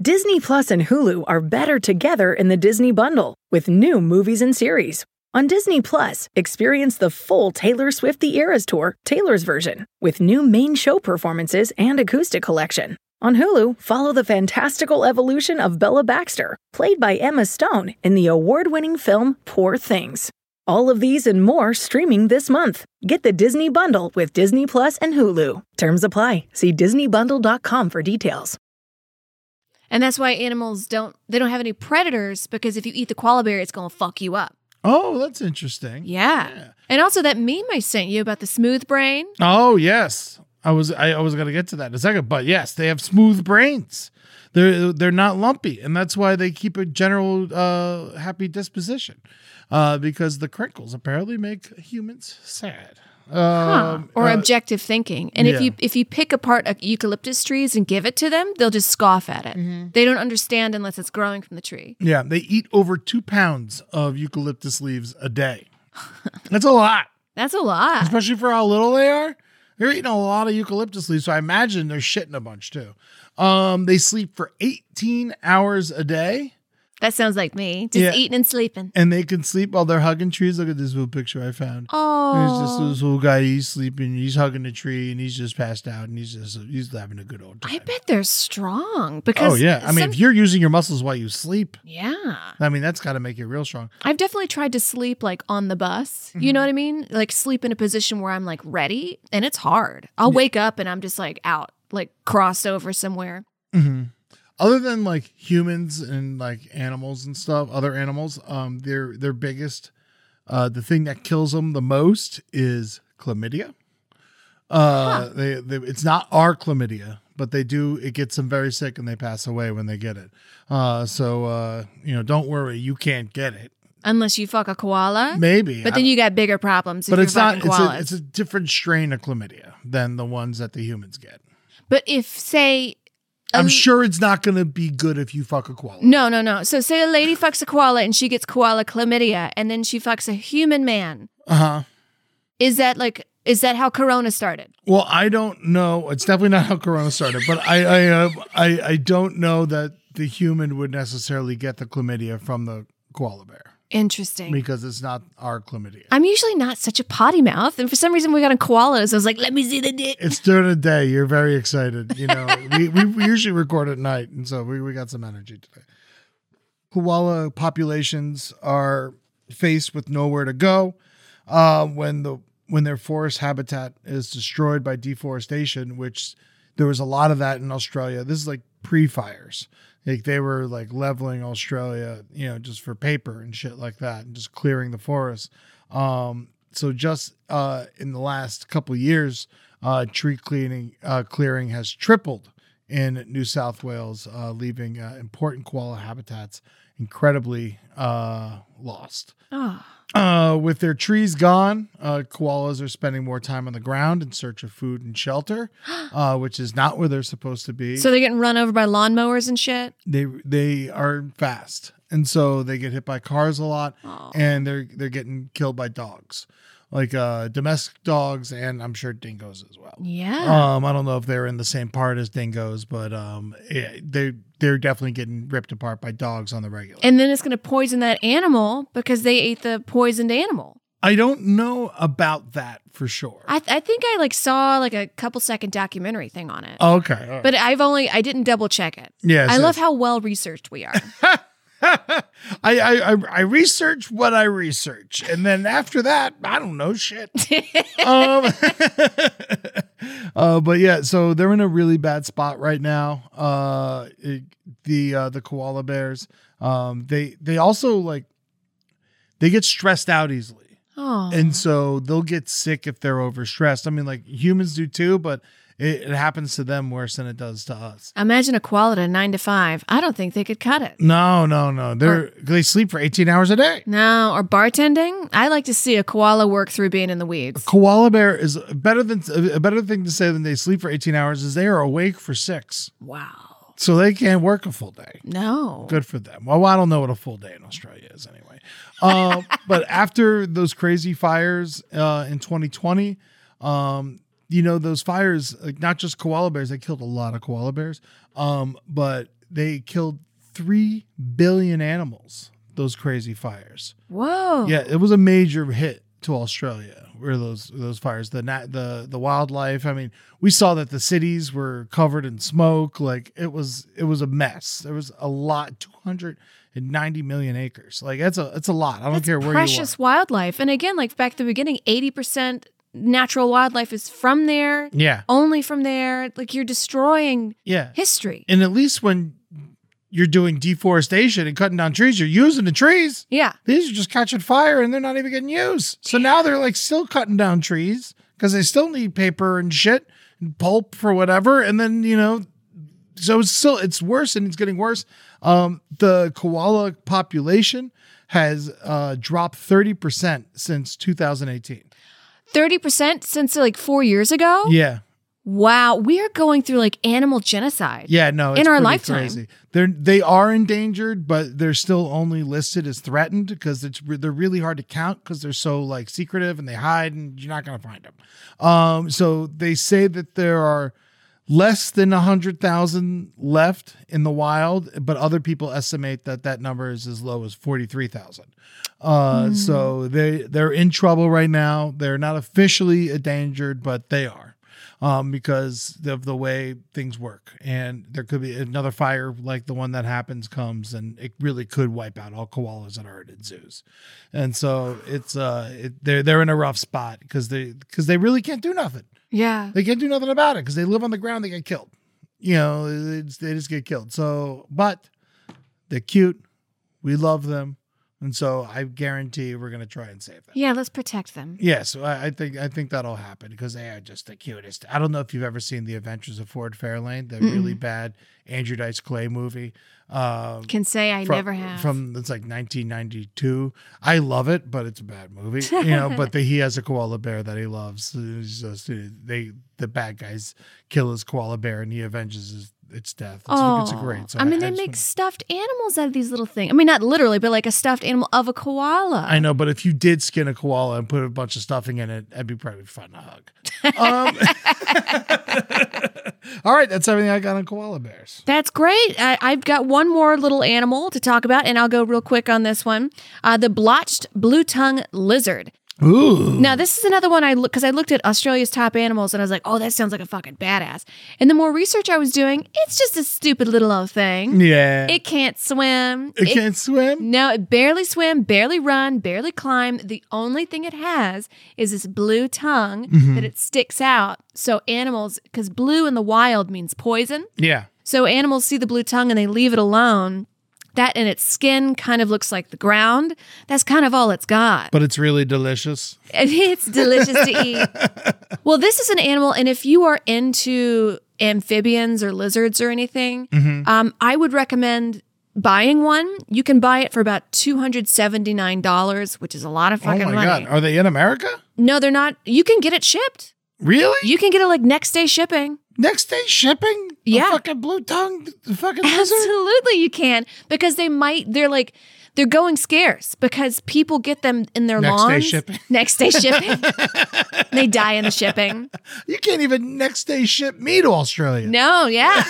Speaker 4: Disney Plus and Hulu are better together in the Disney bundle with new movies and series. On Disney Plus, experience the full Taylor Swift The Eras Tour, Taylor's version, with new main show performances and acoustic collection. On Hulu, follow the fantastical evolution of Bella Baxter, played by Emma Stone in the award winning film Poor Things. All of these and more streaming this month. Get the Disney Bundle with Disney Plus and Hulu. Terms apply. See DisneyBundle.com for details.
Speaker 1: and that's why animals don't they don't have any predators because if you eat the koala bear, it's gonna fuck you up.
Speaker 2: Oh, that's interesting.
Speaker 1: Yeah. And also that meme I sent you about the smooth brain.
Speaker 2: Oh yes, I was I, I was gonna get to that in a second, but yes, they have smooth brains. They're they're not lumpy, and that's why they keep a general uh, happy disposition, uh, because the crinkles apparently make humans sad. Um,
Speaker 1: or
Speaker 2: uh,
Speaker 1: objective thinking. And if
Speaker 2: yeah.
Speaker 1: you if you pick apart a eucalyptus trees and give it to them, they'll just scoff at it. They don't understand unless it's growing from the tree.
Speaker 2: yeah, they eat over two pounds of eucalyptus leaves a day. that's a lot,
Speaker 1: That's a lot.
Speaker 2: especially for how little they are. They're eating a lot of eucalyptus leaves, so I imagine they're shitting a bunch too. Um, they sleep for eighteen hours a day.
Speaker 1: That sounds like me. Just
Speaker 2: Yeah.
Speaker 1: eating and sleeping.
Speaker 2: and they can sleep while they're hugging trees. Look at this little picture I found. There's this
Speaker 1: Oh.
Speaker 2: this little guy. He's sleeping. He's hugging a tree, and he's just passed out, and he's just he's having a good old time.
Speaker 1: I bet they're strong because
Speaker 2: Oh yeah. I mean,
Speaker 1: some-
Speaker 2: if you're using your muscles while you sleep,
Speaker 1: yeah.
Speaker 2: I mean that's got to make you real strong.
Speaker 1: I've definitely tried to sleep like on the bus.
Speaker 2: Mm-hmm.
Speaker 1: You know what I mean? Like sleep in a position where I'm like ready and it's hard. I'll wake up and I'm just like out, like crossed over somewhere.
Speaker 2: Other than like humans and like animals and stuff, other animals, um, their their biggest, uh, the thing that kills them the most is chlamydia. Uh, they, they it's not our chlamydia, but they do. It gets them very sick, and they pass away when they get it. Uh, so uh, you know, don't worry, you can't get it.
Speaker 1: Unless you fuck a koala.
Speaker 2: Maybe,
Speaker 1: But then
Speaker 2: I-
Speaker 1: you got bigger problems if
Speaker 2: But
Speaker 1: you're
Speaker 2: it's not.
Speaker 1: fucking
Speaker 2: It's a,
Speaker 1: koalas.
Speaker 2: it's a different strain of chlamydia than the ones that the humans get.
Speaker 1: but if say a
Speaker 2: I'm
Speaker 1: l-
Speaker 2: sure it's not going to be good if you fuck a koala.
Speaker 1: No, no, no. So say a lady fucks a koala and she gets koala chlamydia and then she fucks a human man.
Speaker 2: Uh huh.
Speaker 1: Is that like is that how corona started?
Speaker 2: Well, I don't know. It's definitely not how Corona started, but I I, uh, I I don't know that the human would necessarily get the chlamydia from the koala bear
Speaker 1: Interesting.
Speaker 2: because it's not our chlamydia.
Speaker 1: I'm usually not such a potty mouth, and for some reason we got on koalas. I was like, let me see the dick.
Speaker 2: It's during the day. You're very excited. You know, we, we, we usually record at night, and so we, we got some energy today. Koala populations are faced with nowhere to go uh, when the when their forest habitat is destroyed by deforestation, which there was a lot of that in Australia. This is like pre-fires. Like they were like leveling Australia, you know, just for paper and shit like that, and just clearing the forest. Um, so just uh, in the last couple of years, uh, tree cleaning uh, clearing has tripled in New South Wales, uh, leaving uh, important koala habitats incredibly uh, lost. Uh, with their trees gone, uh, koalas are spending more time on the ground in search of food and shelter, uh, which is not where they're supposed to be.
Speaker 1: So they're getting run over by lawnmowers and shit.
Speaker 2: they they are fast, and so they get hit by cars a lot, and they're they're getting killed by dogs, like uh, domestic dogs, and I'm sure dingoes as well.
Speaker 1: Yeah.
Speaker 2: Um, I don't know if they're in the same part as dingoes, but um, yeah, they they're definitely getting ripped apart by dogs on the regular.
Speaker 1: and then it's going to poison that animal because they ate the poisoned animal.
Speaker 2: I don't know about that for sure.
Speaker 1: I, I think I like saw like a couple second documentary thing on it,
Speaker 2: okay, all right.
Speaker 1: but I've only I didn't double check it.
Speaker 2: Oh. Yes,
Speaker 1: I
Speaker 2: yes.
Speaker 1: love how well researched we are.
Speaker 2: I, I I I research what I research, and then after that, I don't know shit. um, uh, but yeah, so they're in a really bad spot right now. Uh, it- the uh, the koala bears, um, they they also like they get stressed out easily.
Speaker 1: oh,
Speaker 2: And so they'll get sick if they're overstressed. I mean, like humans do too, but it, it happens to them worse than it does to us.
Speaker 1: imagine a koala at a nine to five. I don't think they could cut it.
Speaker 2: No, no, no. They're they sleep for 18 hours a day.
Speaker 1: No, or bartending. I like to see a koala work through being in the weeds.
Speaker 2: Koala bear is better than a better thing to say than they sleep for 18 hours is they are awake for 6.
Speaker 1: Wow.
Speaker 2: So they can't work a full day.
Speaker 1: No.
Speaker 2: Good for them. Well, I don't know what a full day in Australia is anyway. Uh, but after those crazy fires uh, in 2020, um, you know, those fires, like not just koala bears, they killed a lot of koala bears, um, but they killed 3 billion animals, those crazy fires.
Speaker 1: Whoa.
Speaker 2: Yeah, it was a major hit to Australia. Were those those fires the nat- the the wildlife? I mean, we saw that the cities were covered in smoke. Like it was it was a mess. There was a lot, two hundred and ninety million acres. Like that's a that's a lot. I don't
Speaker 1: That's
Speaker 2: care where
Speaker 1: precious
Speaker 2: you
Speaker 1: wildlife. And again, like back at the beginning, 80% natural wildlife is from there,
Speaker 2: are. Yeah,
Speaker 1: only from there. Like you're destroying
Speaker 2: yeah.
Speaker 1: history.
Speaker 2: And at least when you're doing deforestation and cutting down trees, you're using the trees.
Speaker 1: Yeah.
Speaker 2: These are just catching fire and they're not even getting used. So now they're like still cutting down trees because they still need paper and shit and pulp for whatever. And then, you know, so it's still it's worse and it's getting worse. Um, the koala population has uh, dropped 30% since 2018.
Speaker 1: 30% since like four years ago?
Speaker 2: Yeah.
Speaker 1: Wow. We are going through like animal genocide.
Speaker 2: Yeah, no,
Speaker 1: In our
Speaker 2: pretty
Speaker 1: lifetime.
Speaker 2: They're they are endangered, but they're still only listed as threatened because it's re- they're really hard to count because they're so like secretive and they hide and you're not gonna find them. Um, so they say that there are less than a hundred thousand left in the wild, but other people estimate that that number is as low as forty three thousand.
Speaker 1: Hmm.
Speaker 2: Uh, so they they're in trouble right now. They're not officially endangered, but they are um, because of the way things work. And there could be another fire like the one that happens comes, and it really could wipe out all koalas that are in zoos. And so it's uh, it, they're they're in a rough spot because they because they really can't do nothing.
Speaker 1: Yeah.
Speaker 2: They can't do nothing about it because they live on the ground. They get killed. You know, they just, they just get killed. So, but they're cute. We love them, and so I guarantee we're gonna try and save them.
Speaker 1: Yeah, let's protect them.
Speaker 2: Yeah, so I, I think I think that'll happen because they are just the cutest. I don't know if you've ever seen The Adventures of Ford Fairlane, the really bad Andrew Dice Clay movie. Um,
Speaker 1: Can say I
Speaker 2: from,
Speaker 1: never have.
Speaker 2: From it's like 1992. I love it, but it's a bad movie, you know. but the, he has a koala bear that he loves. It's just, uh, they the bad guys kill his koala bear and he avenges his, its death. It's, it's
Speaker 1: Aw.
Speaker 2: great. So
Speaker 1: Oh, I mean, they
Speaker 2: just
Speaker 1: make
Speaker 2: wanna-
Speaker 1: stuffed animals out of these little things. I mean, not literally, but like a stuffed animal of a koala.
Speaker 2: I know, but if you did skin a koala and put a bunch of stuffing in it, that'd be probably fun to hug. Um, all right, that's everything I got on koala bears.
Speaker 1: That's great. I, I've got one more little animal to talk about, and I'll go real quick on this one. Uh, the blotched blue tongue lizard.
Speaker 2: Ooh,
Speaker 1: Now, this is another one I look because I looked at Australia's top animals and I was like, oh, that sounds like a fucking badass. And the more research I was doing, it's just a stupid little old thing.
Speaker 2: yeah, it,
Speaker 1: It can't swim. It-
Speaker 2: can't swim.
Speaker 1: No, it barely swim, barely run, barely climb. The only thing it has is this blue tongue
Speaker 2: Mm-hmm.
Speaker 1: that it sticks out. So animals, because blue in the wild means poison.
Speaker 2: Yeah,
Speaker 1: So animals see the blue tongue and they leave it alone. That and its skin kind of looks like the ground. That's kind of all it's got.
Speaker 2: but it's really delicious.
Speaker 1: And it's delicious to eat. Well, this is an animal, and if you are into amphibians or lizards or anything,
Speaker 2: Mm-hmm.
Speaker 1: um, I would recommend buying one. You can buy it for about two hundred seventy nine dollars, which is a lot of
Speaker 2: Oh
Speaker 1: fucking
Speaker 2: my
Speaker 1: money.
Speaker 2: god, are they in America?
Speaker 1: No, they're not. You can get it shipped.
Speaker 2: Really?
Speaker 1: You can get it like next day shipping.
Speaker 2: Next day shipping? A
Speaker 1: Yeah.
Speaker 2: fucking blue tongue, the fucking lizard.
Speaker 1: Absolutely, you can because they might. They're like they're going scarce because people get them in their
Speaker 2: Next day
Speaker 1: lawns.
Speaker 2: shipping.
Speaker 1: Next day shipping. they die in the shipping.
Speaker 2: You can't even next day ship me to Australia.
Speaker 1: No, yeah.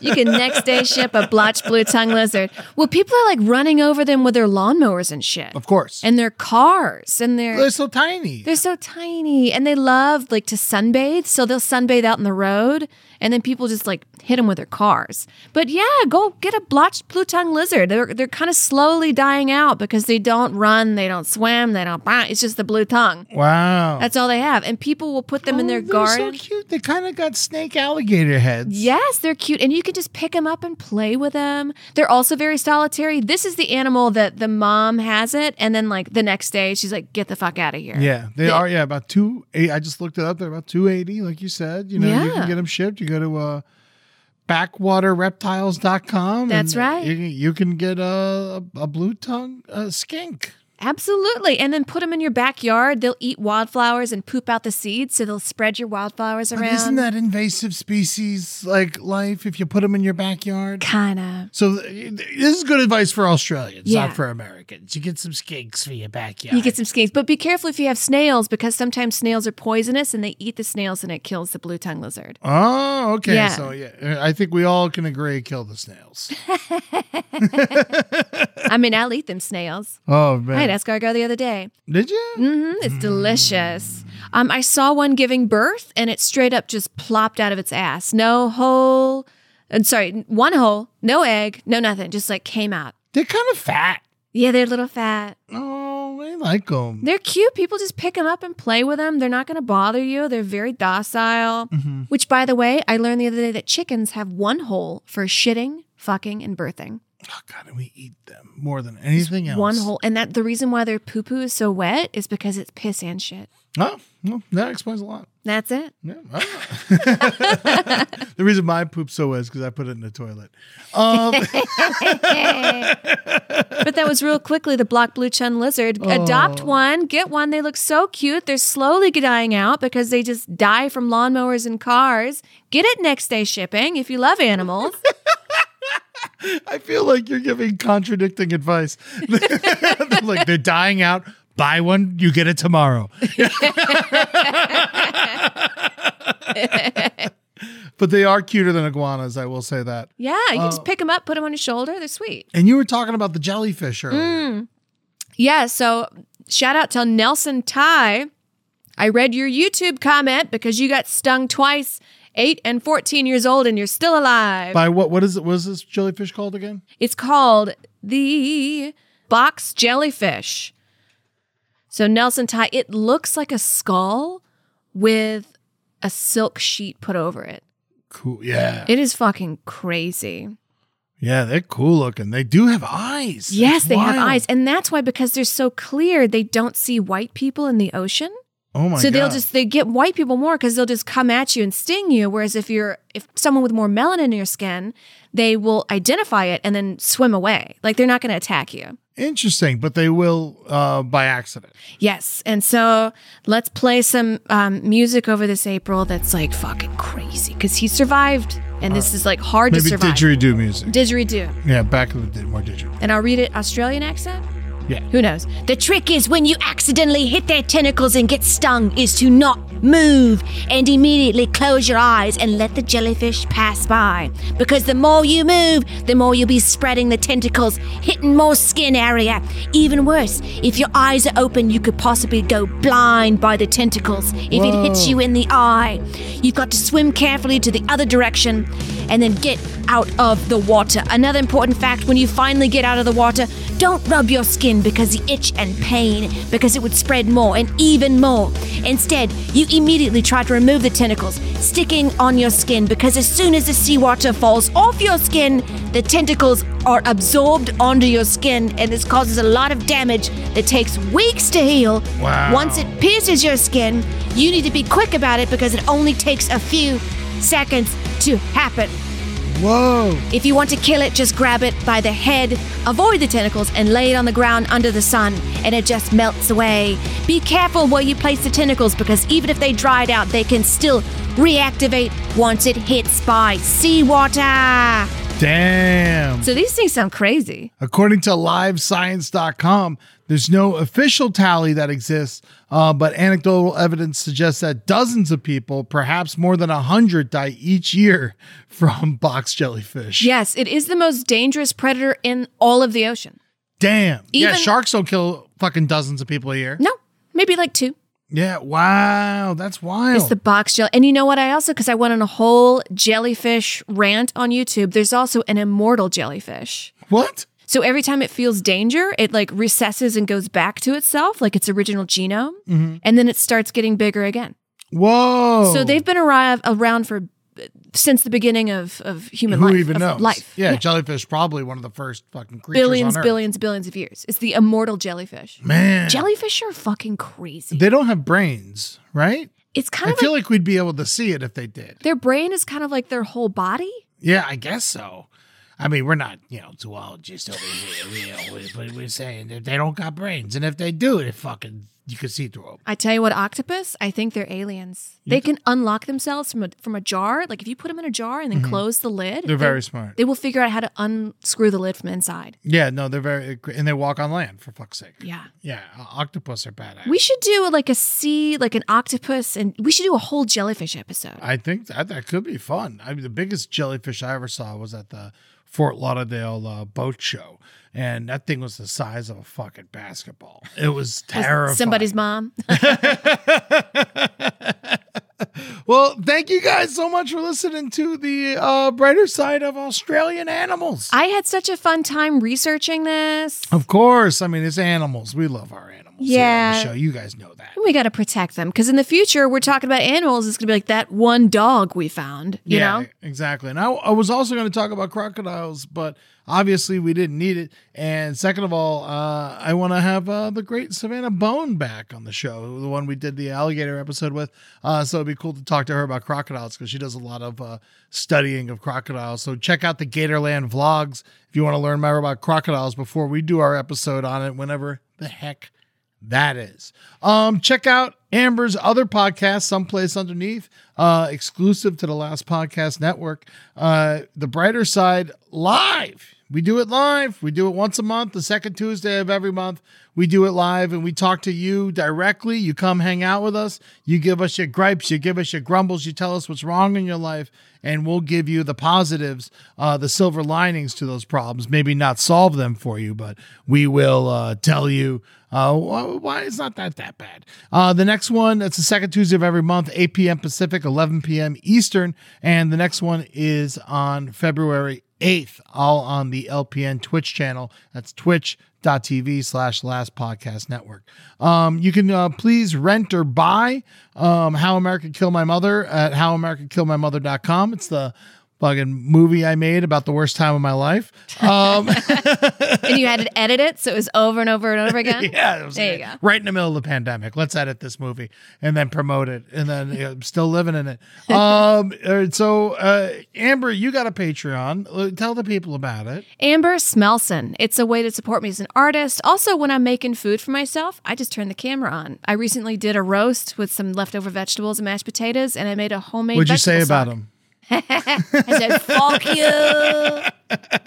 Speaker 1: you can next day ship a blotched blue tongue lizard. Well, people are like running over them with their lawnmowers and shit.
Speaker 2: Of course,
Speaker 1: And their cars and their
Speaker 2: they're so tiny.
Speaker 1: they're so tiny and they love like to sunbathe, so they'll sunbathe out in the road and then people just like hit them with their cars. But yeah, go get a blotched blue tongue lizard. They're they're kind of slowly dying out because they don't run, they don't swim, they don't it's just the blue tongue.
Speaker 2: wow,
Speaker 1: That's all they have. And people will put them in
Speaker 2: Oh,
Speaker 1: their
Speaker 2: they're
Speaker 1: garden.
Speaker 2: So cute. They kind of got snake alligator heads.
Speaker 1: Yes, they're cute. And you can just pick them up and play with them. They're also very solitary. This is the animal that the mom has it. And then, like, the next day, she's like, get the fuck out of here.
Speaker 2: Yeah, they are. Yeah, about two. Eight, I just looked it up. They're about two eighty, like you said. You know, you
Speaker 1: Yeah.
Speaker 2: can get them shipped. You go to uh, backwaterreptiles.com.
Speaker 1: That's
Speaker 2: and
Speaker 1: right.
Speaker 2: You, can- you can get a a blue tongue uh, skink.
Speaker 1: Absolutely. And then put them in your backyard. They'll eat wildflowers and poop out the seeds. So they'll spread your wildflowers
Speaker 2: But
Speaker 1: around.
Speaker 2: isn't that invasive species like life if you put them in your backyard?
Speaker 1: kind of?
Speaker 2: So th- this is good advice for Australians,
Speaker 1: Yeah.
Speaker 2: not for Americans. You get some skinks for your backyard.
Speaker 1: You get some skinks, but be careful if you have snails because sometimes snails are poisonous and they eat the snails and it kills the blue tongue lizard.
Speaker 2: Oh, okay.
Speaker 1: Yeah.
Speaker 2: So yeah, I think we all can agree kill the snails.
Speaker 1: I mean, I'll eat them snails.
Speaker 2: Oh
Speaker 1: I had
Speaker 2: man,
Speaker 1: escargot the other day.
Speaker 2: did you?
Speaker 1: hmm It's delicious. Um, I saw one giving birth, and it straight up just plopped out of its ass. No hole. I'm sorry, one hole, no egg, no nothing. Just like came out.
Speaker 2: They're kind of fat.
Speaker 1: Yeah, they're a little fat.
Speaker 2: Oh, I like them.
Speaker 1: They're cute. People just pick them up and play with them. They're not going to bother you. They're very docile. Which, by the way, I learned the other day that chickens have one hole for shitting, fucking, and birthing.
Speaker 2: Oh, God, and we eat them more than anything else.
Speaker 1: One whole, and that the reason why their poo poo is so wet is because it's piss and shit.
Speaker 2: Oh, well, that explains a lot.
Speaker 1: That's it.
Speaker 2: Yeah, I don't know. the reason my poop's so wet is because I put it in the toilet. Um,
Speaker 1: But that was real quickly the block blue chun lizard. Adopt one, get one. They look so cute. They're slowly dying out because they just die from lawnmowers and cars. Get it next day shipping if you love animals.
Speaker 2: I feel like you're giving contradicting advice. like they're dying out. Buy one, you get it tomorrow. but they are cuter than iguanas, I will say that.
Speaker 1: yeah, you just pick them up, put them on your shoulder. They're sweet.
Speaker 2: And you were talking about the jellyfish earlier.
Speaker 1: Mm. Yeah, so shout out to Nelson Ty. I read your YouTube comment because you got stung twice, 8 and 14 years old, and you're still alive.
Speaker 2: By what? What is it? What is this jellyfish called again?
Speaker 1: It's called the box jellyfish. So Nelson Ty, it looks like a skull with a silk sheet put over it.
Speaker 2: Cool. Yeah.
Speaker 1: It is fucking crazy.
Speaker 2: Yeah, they're cool looking. They do have eyes.
Speaker 1: Yes,
Speaker 2: It's
Speaker 1: they have
Speaker 2: wild.
Speaker 1: eyes. And that's why, because they're so clear, they don't see white people in the ocean.
Speaker 2: Oh my
Speaker 1: so
Speaker 2: god.
Speaker 1: they'll just they get white people more because they'll just come at you and sting you whereas if you're if someone with more melanin in your skin they will identify it and then swim away like they're not going to attack you
Speaker 2: interesting, but they will uh, by accident.
Speaker 1: yes and so let's play some um, music over this april that's like fucking crazy because he survived and this is like hard
Speaker 2: Uh, Maybe
Speaker 1: to survive
Speaker 2: didgeridoo music.
Speaker 1: didgeridoo
Speaker 2: yeah, back of the more didgeridoo.
Speaker 1: and i'll read it australian accent
Speaker 2: Yeah.
Speaker 1: who knows
Speaker 5: The trick is when you accidentally hit their tentacles and get stung is to not move and immediately close your eyes and let the jellyfish pass by. Because the more you move, the more you'll be spreading the tentacles, hitting more skin area. Even worse, if your eyes are open, you could possibly go blind by the tentacles if it hits you in the eye. You've got to swim carefully to the other direction and then get out of the water. Another important fact when you finally get out of the water, don't rub your skin because the itch and pain, because it would spread more and even more. Instead, you immediately try to remove the tentacles sticking on your skin because as soon as the seawater falls off your skin, the tentacles are absorbed onto your skin and this causes a lot of damage that takes weeks to heal.
Speaker 2: Wow.
Speaker 5: Once it pierces your skin, you need to be quick about it because it only takes a few seconds to happen.
Speaker 2: Whoa.
Speaker 5: If you want to kill it, just grab it by the head, avoid the tentacles, and lay it on the ground under the sun, and it just melts away. Be careful where you place the tentacles because even if they dried out, they can still reactivate once it hits by seawater.
Speaker 2: Damn.
Speaker 1: so these things sound crazy
Speaker 2: According to livescience.com, there's no official tally that exists, uh, but anecdotal evidence suggests that dozens of people, perhaps more than 100, die each year from box jellyfish.
Speaker 1: yes it is the most dangerous predator in all of the ocean
Speaker 2: Damn. yeah,
Speaker 1: Even-
Speaker 2: sharks don't kill fucking dozens of people a year.
Speaker 1: no maybe like two
Speaker 2: Yeah, wow. That's wild.
Speaker 1: It's the box jelly. And you know what? I also, because I went on a whole jellyfish rant on YouTube, there's also an immortal jellyfish.
Speaker 2: what?
Speaker 1: So every time it feels danger, it like recesses and goes back to itself, like its original genome.
Speaker 2: Mm-hmm.
Speaker 1: And then it starts getting bigger again.
Speaker 2: Whoa.
Speaker 1: So they've been arrive, around for uh, since the beginning of, of human
Speaker 2: Who
Speaker 1: life.
Speaker 2: even
Speaker 1: of
Speaker 2: knows?
Speaker 1: Life.
Speaker 2: Yeah, jellyfish probably one of the first fucking creatures
Speaker 1: Billions,
Speaker 2: on Earth.
Speaker 1: billions, billions of years. It's the immortal jellyfish.
Speaker 2: Man.
Speaker 1: Jellyfish are fucking crazy.
Speaker 2: they don't have brains, right?
Speaker 1: It's kind
Speaker 2: I
Speaker 1: of
Speaker 2: feel
Speaker 1: like
Speaker 2: like we'd be able to see it if they did.
Speaker 1: their brain is kind of like their whole body.
Speaker 2: Yeah, I guess so. I mean, we're not, you know, zoologists over here, you know, we- but we're saying that they don't got brains, and if they do, it fucking you can see through them.
Speaker 1: I tell you what, octopus. I think they're aliens. They can unlock themselves from a from a jar. Like if you put them in a jar and then close the lid,
Speaker 2: Mm-hmm. They're very smart.
Speaker 1: They will figure out how to unscrew the lid from inside.
Speaker 2: Yeah, no, they're very, and they walk on land for fuck's sake.
Speaker 1: Yeah,
Speaker 2: Yeah, o- octopus are badass.
Speaker 1: we should do like a sea, like an octopus, and we should do a whole jellyfish episode.
Speaker 2: I think that, that could be fun. I mean, the biggest jellyfish I ever saw was at the Fort Lauderdale uh, boat show, and that thing was the size of a fucking basketball. It was
Speaker 1: Was
Speaker 2: terrifying.
Speaker 1: Somebody's mom.
Speaker 2: well, thank you guys so much for listening to the uh, brighter side of Australian animals.
Speaker 1: I had such a fun time researching this.
Speaker 2: of course, I mean it's animals. We love our animals. here on
Speaker 1: Yeah.
Speaker 2: the show you guys know that.
Speaker 1: We got to protect them because in the future, we're talking about animals. It's going to be like that one dog we found, you know?
Speaker 2: exactly. And I, I was also going to talk about crocodiles, but obviously we didn't need it. And second of all, uh, I want to have uh, the great Savannah Bone back on the show, the one we did the alligator episode with. Uh, so it'd be cool to talk to her about crocodiles because she does a lot of uh, studying of crocodiles. So check out the Gatorland vlogs if you want to learn more about crocodiles before we do our episode on it, whenever the heck that is. Um, check out Amber's other podcast, someplace underneath, uh, exclusive to the Last Podcast Network. Uh, the Brighter Side live. We do it live. We do it once a month, the second Tuesday of every month. We do it live and we talk to you directly. You come hang out with us. You give us your gripes. You give us your grumbles. You tell us what's wrong in your life, and we'll give you the positives, uh, the silver linings to those problems. Maybe not solve them for you, but we will uh, tell you uh, wh- why it's not that that bad. Uh, the next one, that's the second Tuesday of every month, 8 p.m. Pacific, 11 p.m. Eastern. And the next one is on February 8th, all on the LPN Twitch channel. That's twitch.tv slash last podcast network. Um, you can uh, please rent or buy um, How America Kill My Mother at howamericakillmymother.com. It's the fucking movie I made about the worst time of my life. Um,
Speaker 1: and you had to edit it. So it was over and over and over again.
Speaker 2: Yeah, it was
Speaker 1: There you go.
Speaker 2: Right in the middle of the pandemic. Let's edit this movie and then promote it, and then you know, I'm still living in it. Um, all right, so uh, Amber, you got a Patreon. Uh, Tell the people about it.
Speaker 1: Amber Smelson. It's a way to support me as an artist. Also, when I'm making food for myself, I just turn the camera on. I recently did a roast with some leftover vegetables and mashed potatoes, and I made a homemade.
Speaker 2: What'd you say
Speaker 1: vegetable
Speaker 2: about
Speaker 1: salad.
Speaker 2: them?
Speaker 5: I said, fuck you.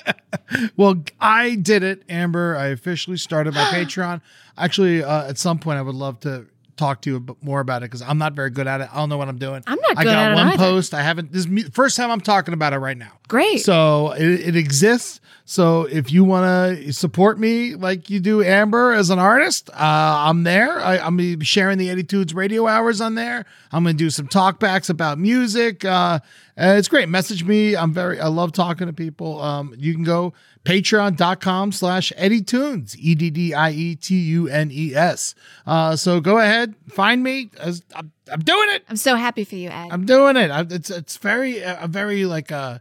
Speaker 2: Well, I did it, Amber. I officially started my Patreon. Actually, uh, at some point, I would love to talk to you a bit more about it because I'm not very good at it. I don't know what I'm doing.
Speaker 1: I'm not
Speaker 2: I
Speaker 1: good
Speaker 2: got
Speaker 1: at it
Speaker 2: one
Speaker 1: either.
Speaker 2: post. I haven't. This is me- first time I'm talking about it right now.
Speaker 1: Great.
Speaker 2: So it, it exists. So if you want to support me like you do Amber as an artist, uh, I'm there. I, I'm gonna be sharing the Attitudes radio hours on there. I'm going to do some talkbacks about music. Uh, and it's great. Message me. I'm very. I love talking to people. Um, you can go patreon.com slash Eddie Tunes, E D D I E T U N E S. Uh, so go ahead, find me. As, I'm, I'm doing it.
Speaker 1: I'm so happy for you, Ed.
Speaker 2: I'm doing it. I, it's it's very I'm very like uh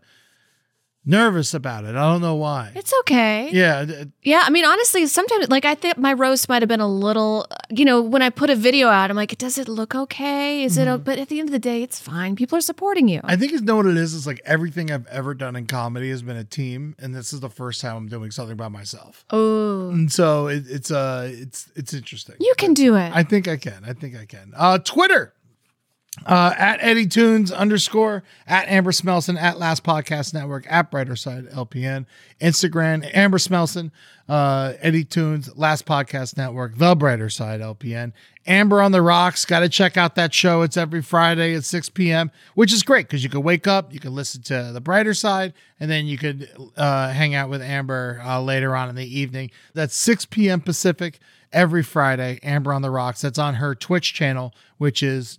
Speaker 2: nervous about it. I don't know why.
Speaker 1: it's okay.
Speaker 2: yeah, d-
Speaker 1: Yeah, I mean, honestly, sometimes, like, I think my roast might have been a little, uh, you know, when I put a video out, I'm like, does it look okay? Is it, o but at the end of the day, it's fine. People are supporting you.
Speaker 2: Mm-hmm. I think you know what it is. It's like everything I've ever done in comedy has been a team, and this is the first time I'm doing something by myself.
Speaker 1: oh,
Speaker 2: And so it, it's uh it's it's interesting.
Speaker 1: you can do it.
Speaker 2: I think I can. I think I can. Uh, Twitter. Uh, at Eddie Tunes underscore at Amber Smelson at Last Podcast Network at Brighter Side LPN Instagram Amber Smelson uh, Eddie Tunes Last Podcast Network The Brighter Side LPN Amber on the Rocks got to check out that show it's every Friday at 6 p.m. which is great because you can wake up you can listen to The Brighter Side and then you could uh, hang out with Amber uh, later on in the evening that's 6 p.m. Pacific every Friday, Amber on the Rocks. That's on her Twitch channel, which is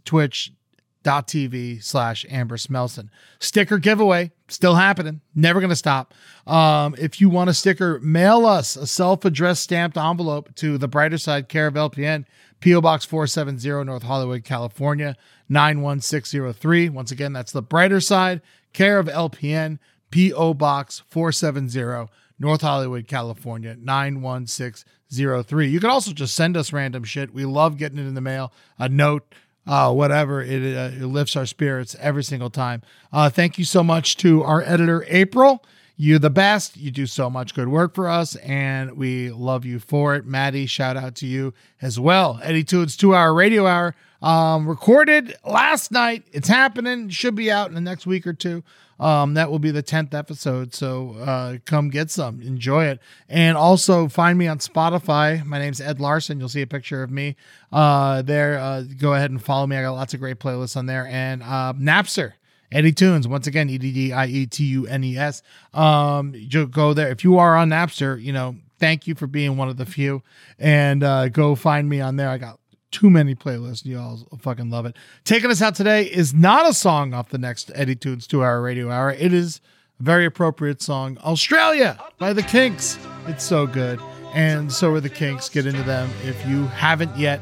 Speaker 2: twitch.tv slash Amber Smelson. Sticker giveaway, still happening, never going to stop. Um, if you want a sticker, mail us a self addressed stamped envelope to the brighter side care of LPN, P.O. Box 470, North Hollywood, California, 91603. Once again, that's the brighter side care of LPN, P.O. Box 470, North Hollywood, California, 91603. You can also just send us random shit. We love getting it in the mail, a note, uh, whatever. It, uh, it lifts our spirits every single time. Uh, thank you so much to our editor, April. You're the best. You do so much good work for us, and we love you for it. Maddie, shout out to you as well. Eddie Tunes, two hour radio hour, um, recorded last night. It's happening. Should be out in the next week or two. Um, that will be the 10th episode. So uh, come get some, enjoy it. And also find me on Spotify. My name's Ed Larson. You'll see a picture of me uh, there. Uh, go ahead and follow me. I got lots of great playlists on there. And uh, Napster. Eddie Tunes, once again, E D D I E T U N E S. Um, you go there. If you are on Napster, you know, thank you for being one of the few. And uh, go find me on there. I got too many playlists. Y'all fucking love it. Taking us out today is not a song off the next Eddie Tunes two hour radio hour. It is a very appropriate song, Australia by the Kinks. It's so good. And so are the Kinks. Get into them if you haven't yet.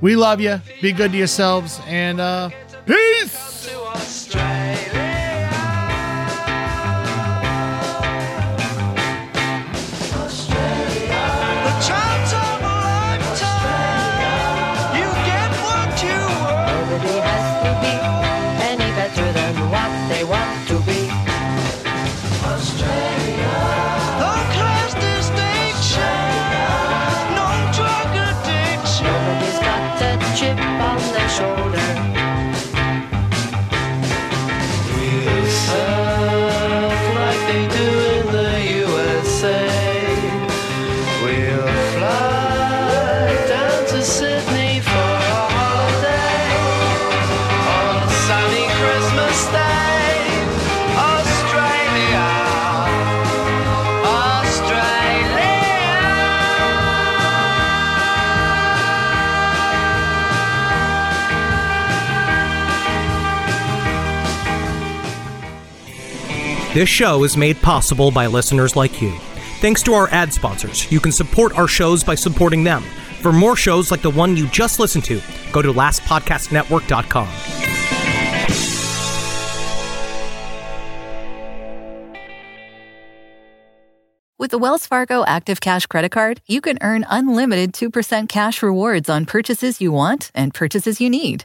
Speaker 2: We love you. Be good to yourselves and uh, peace.
Speaker 6: chance of a lifetime. You get what you want.
Speaker 7: Nobody has to be any better than what they want to be.
Speaker 6: No class distinction. No drug addiction.
Speaker 7: Nobody's got a chip on their shoulder.
Speaker 6: We'll surf like they do in the USA. We'll fly down to Sydney for a holiday on a sunny Christmas day. Australia, Australia.
Speaker 8: This show is made possible by listeners like you. Thanks to our ad sponsors, you can support our shows by supporting them. For more shows like the one you just listened to, go to lastpodcastnetwork.com.
Speaker 3: With the Wells Fargo Active Cash Credit Card, you can earn unlimited 2% cash rewards on purchases you want and purchases you need.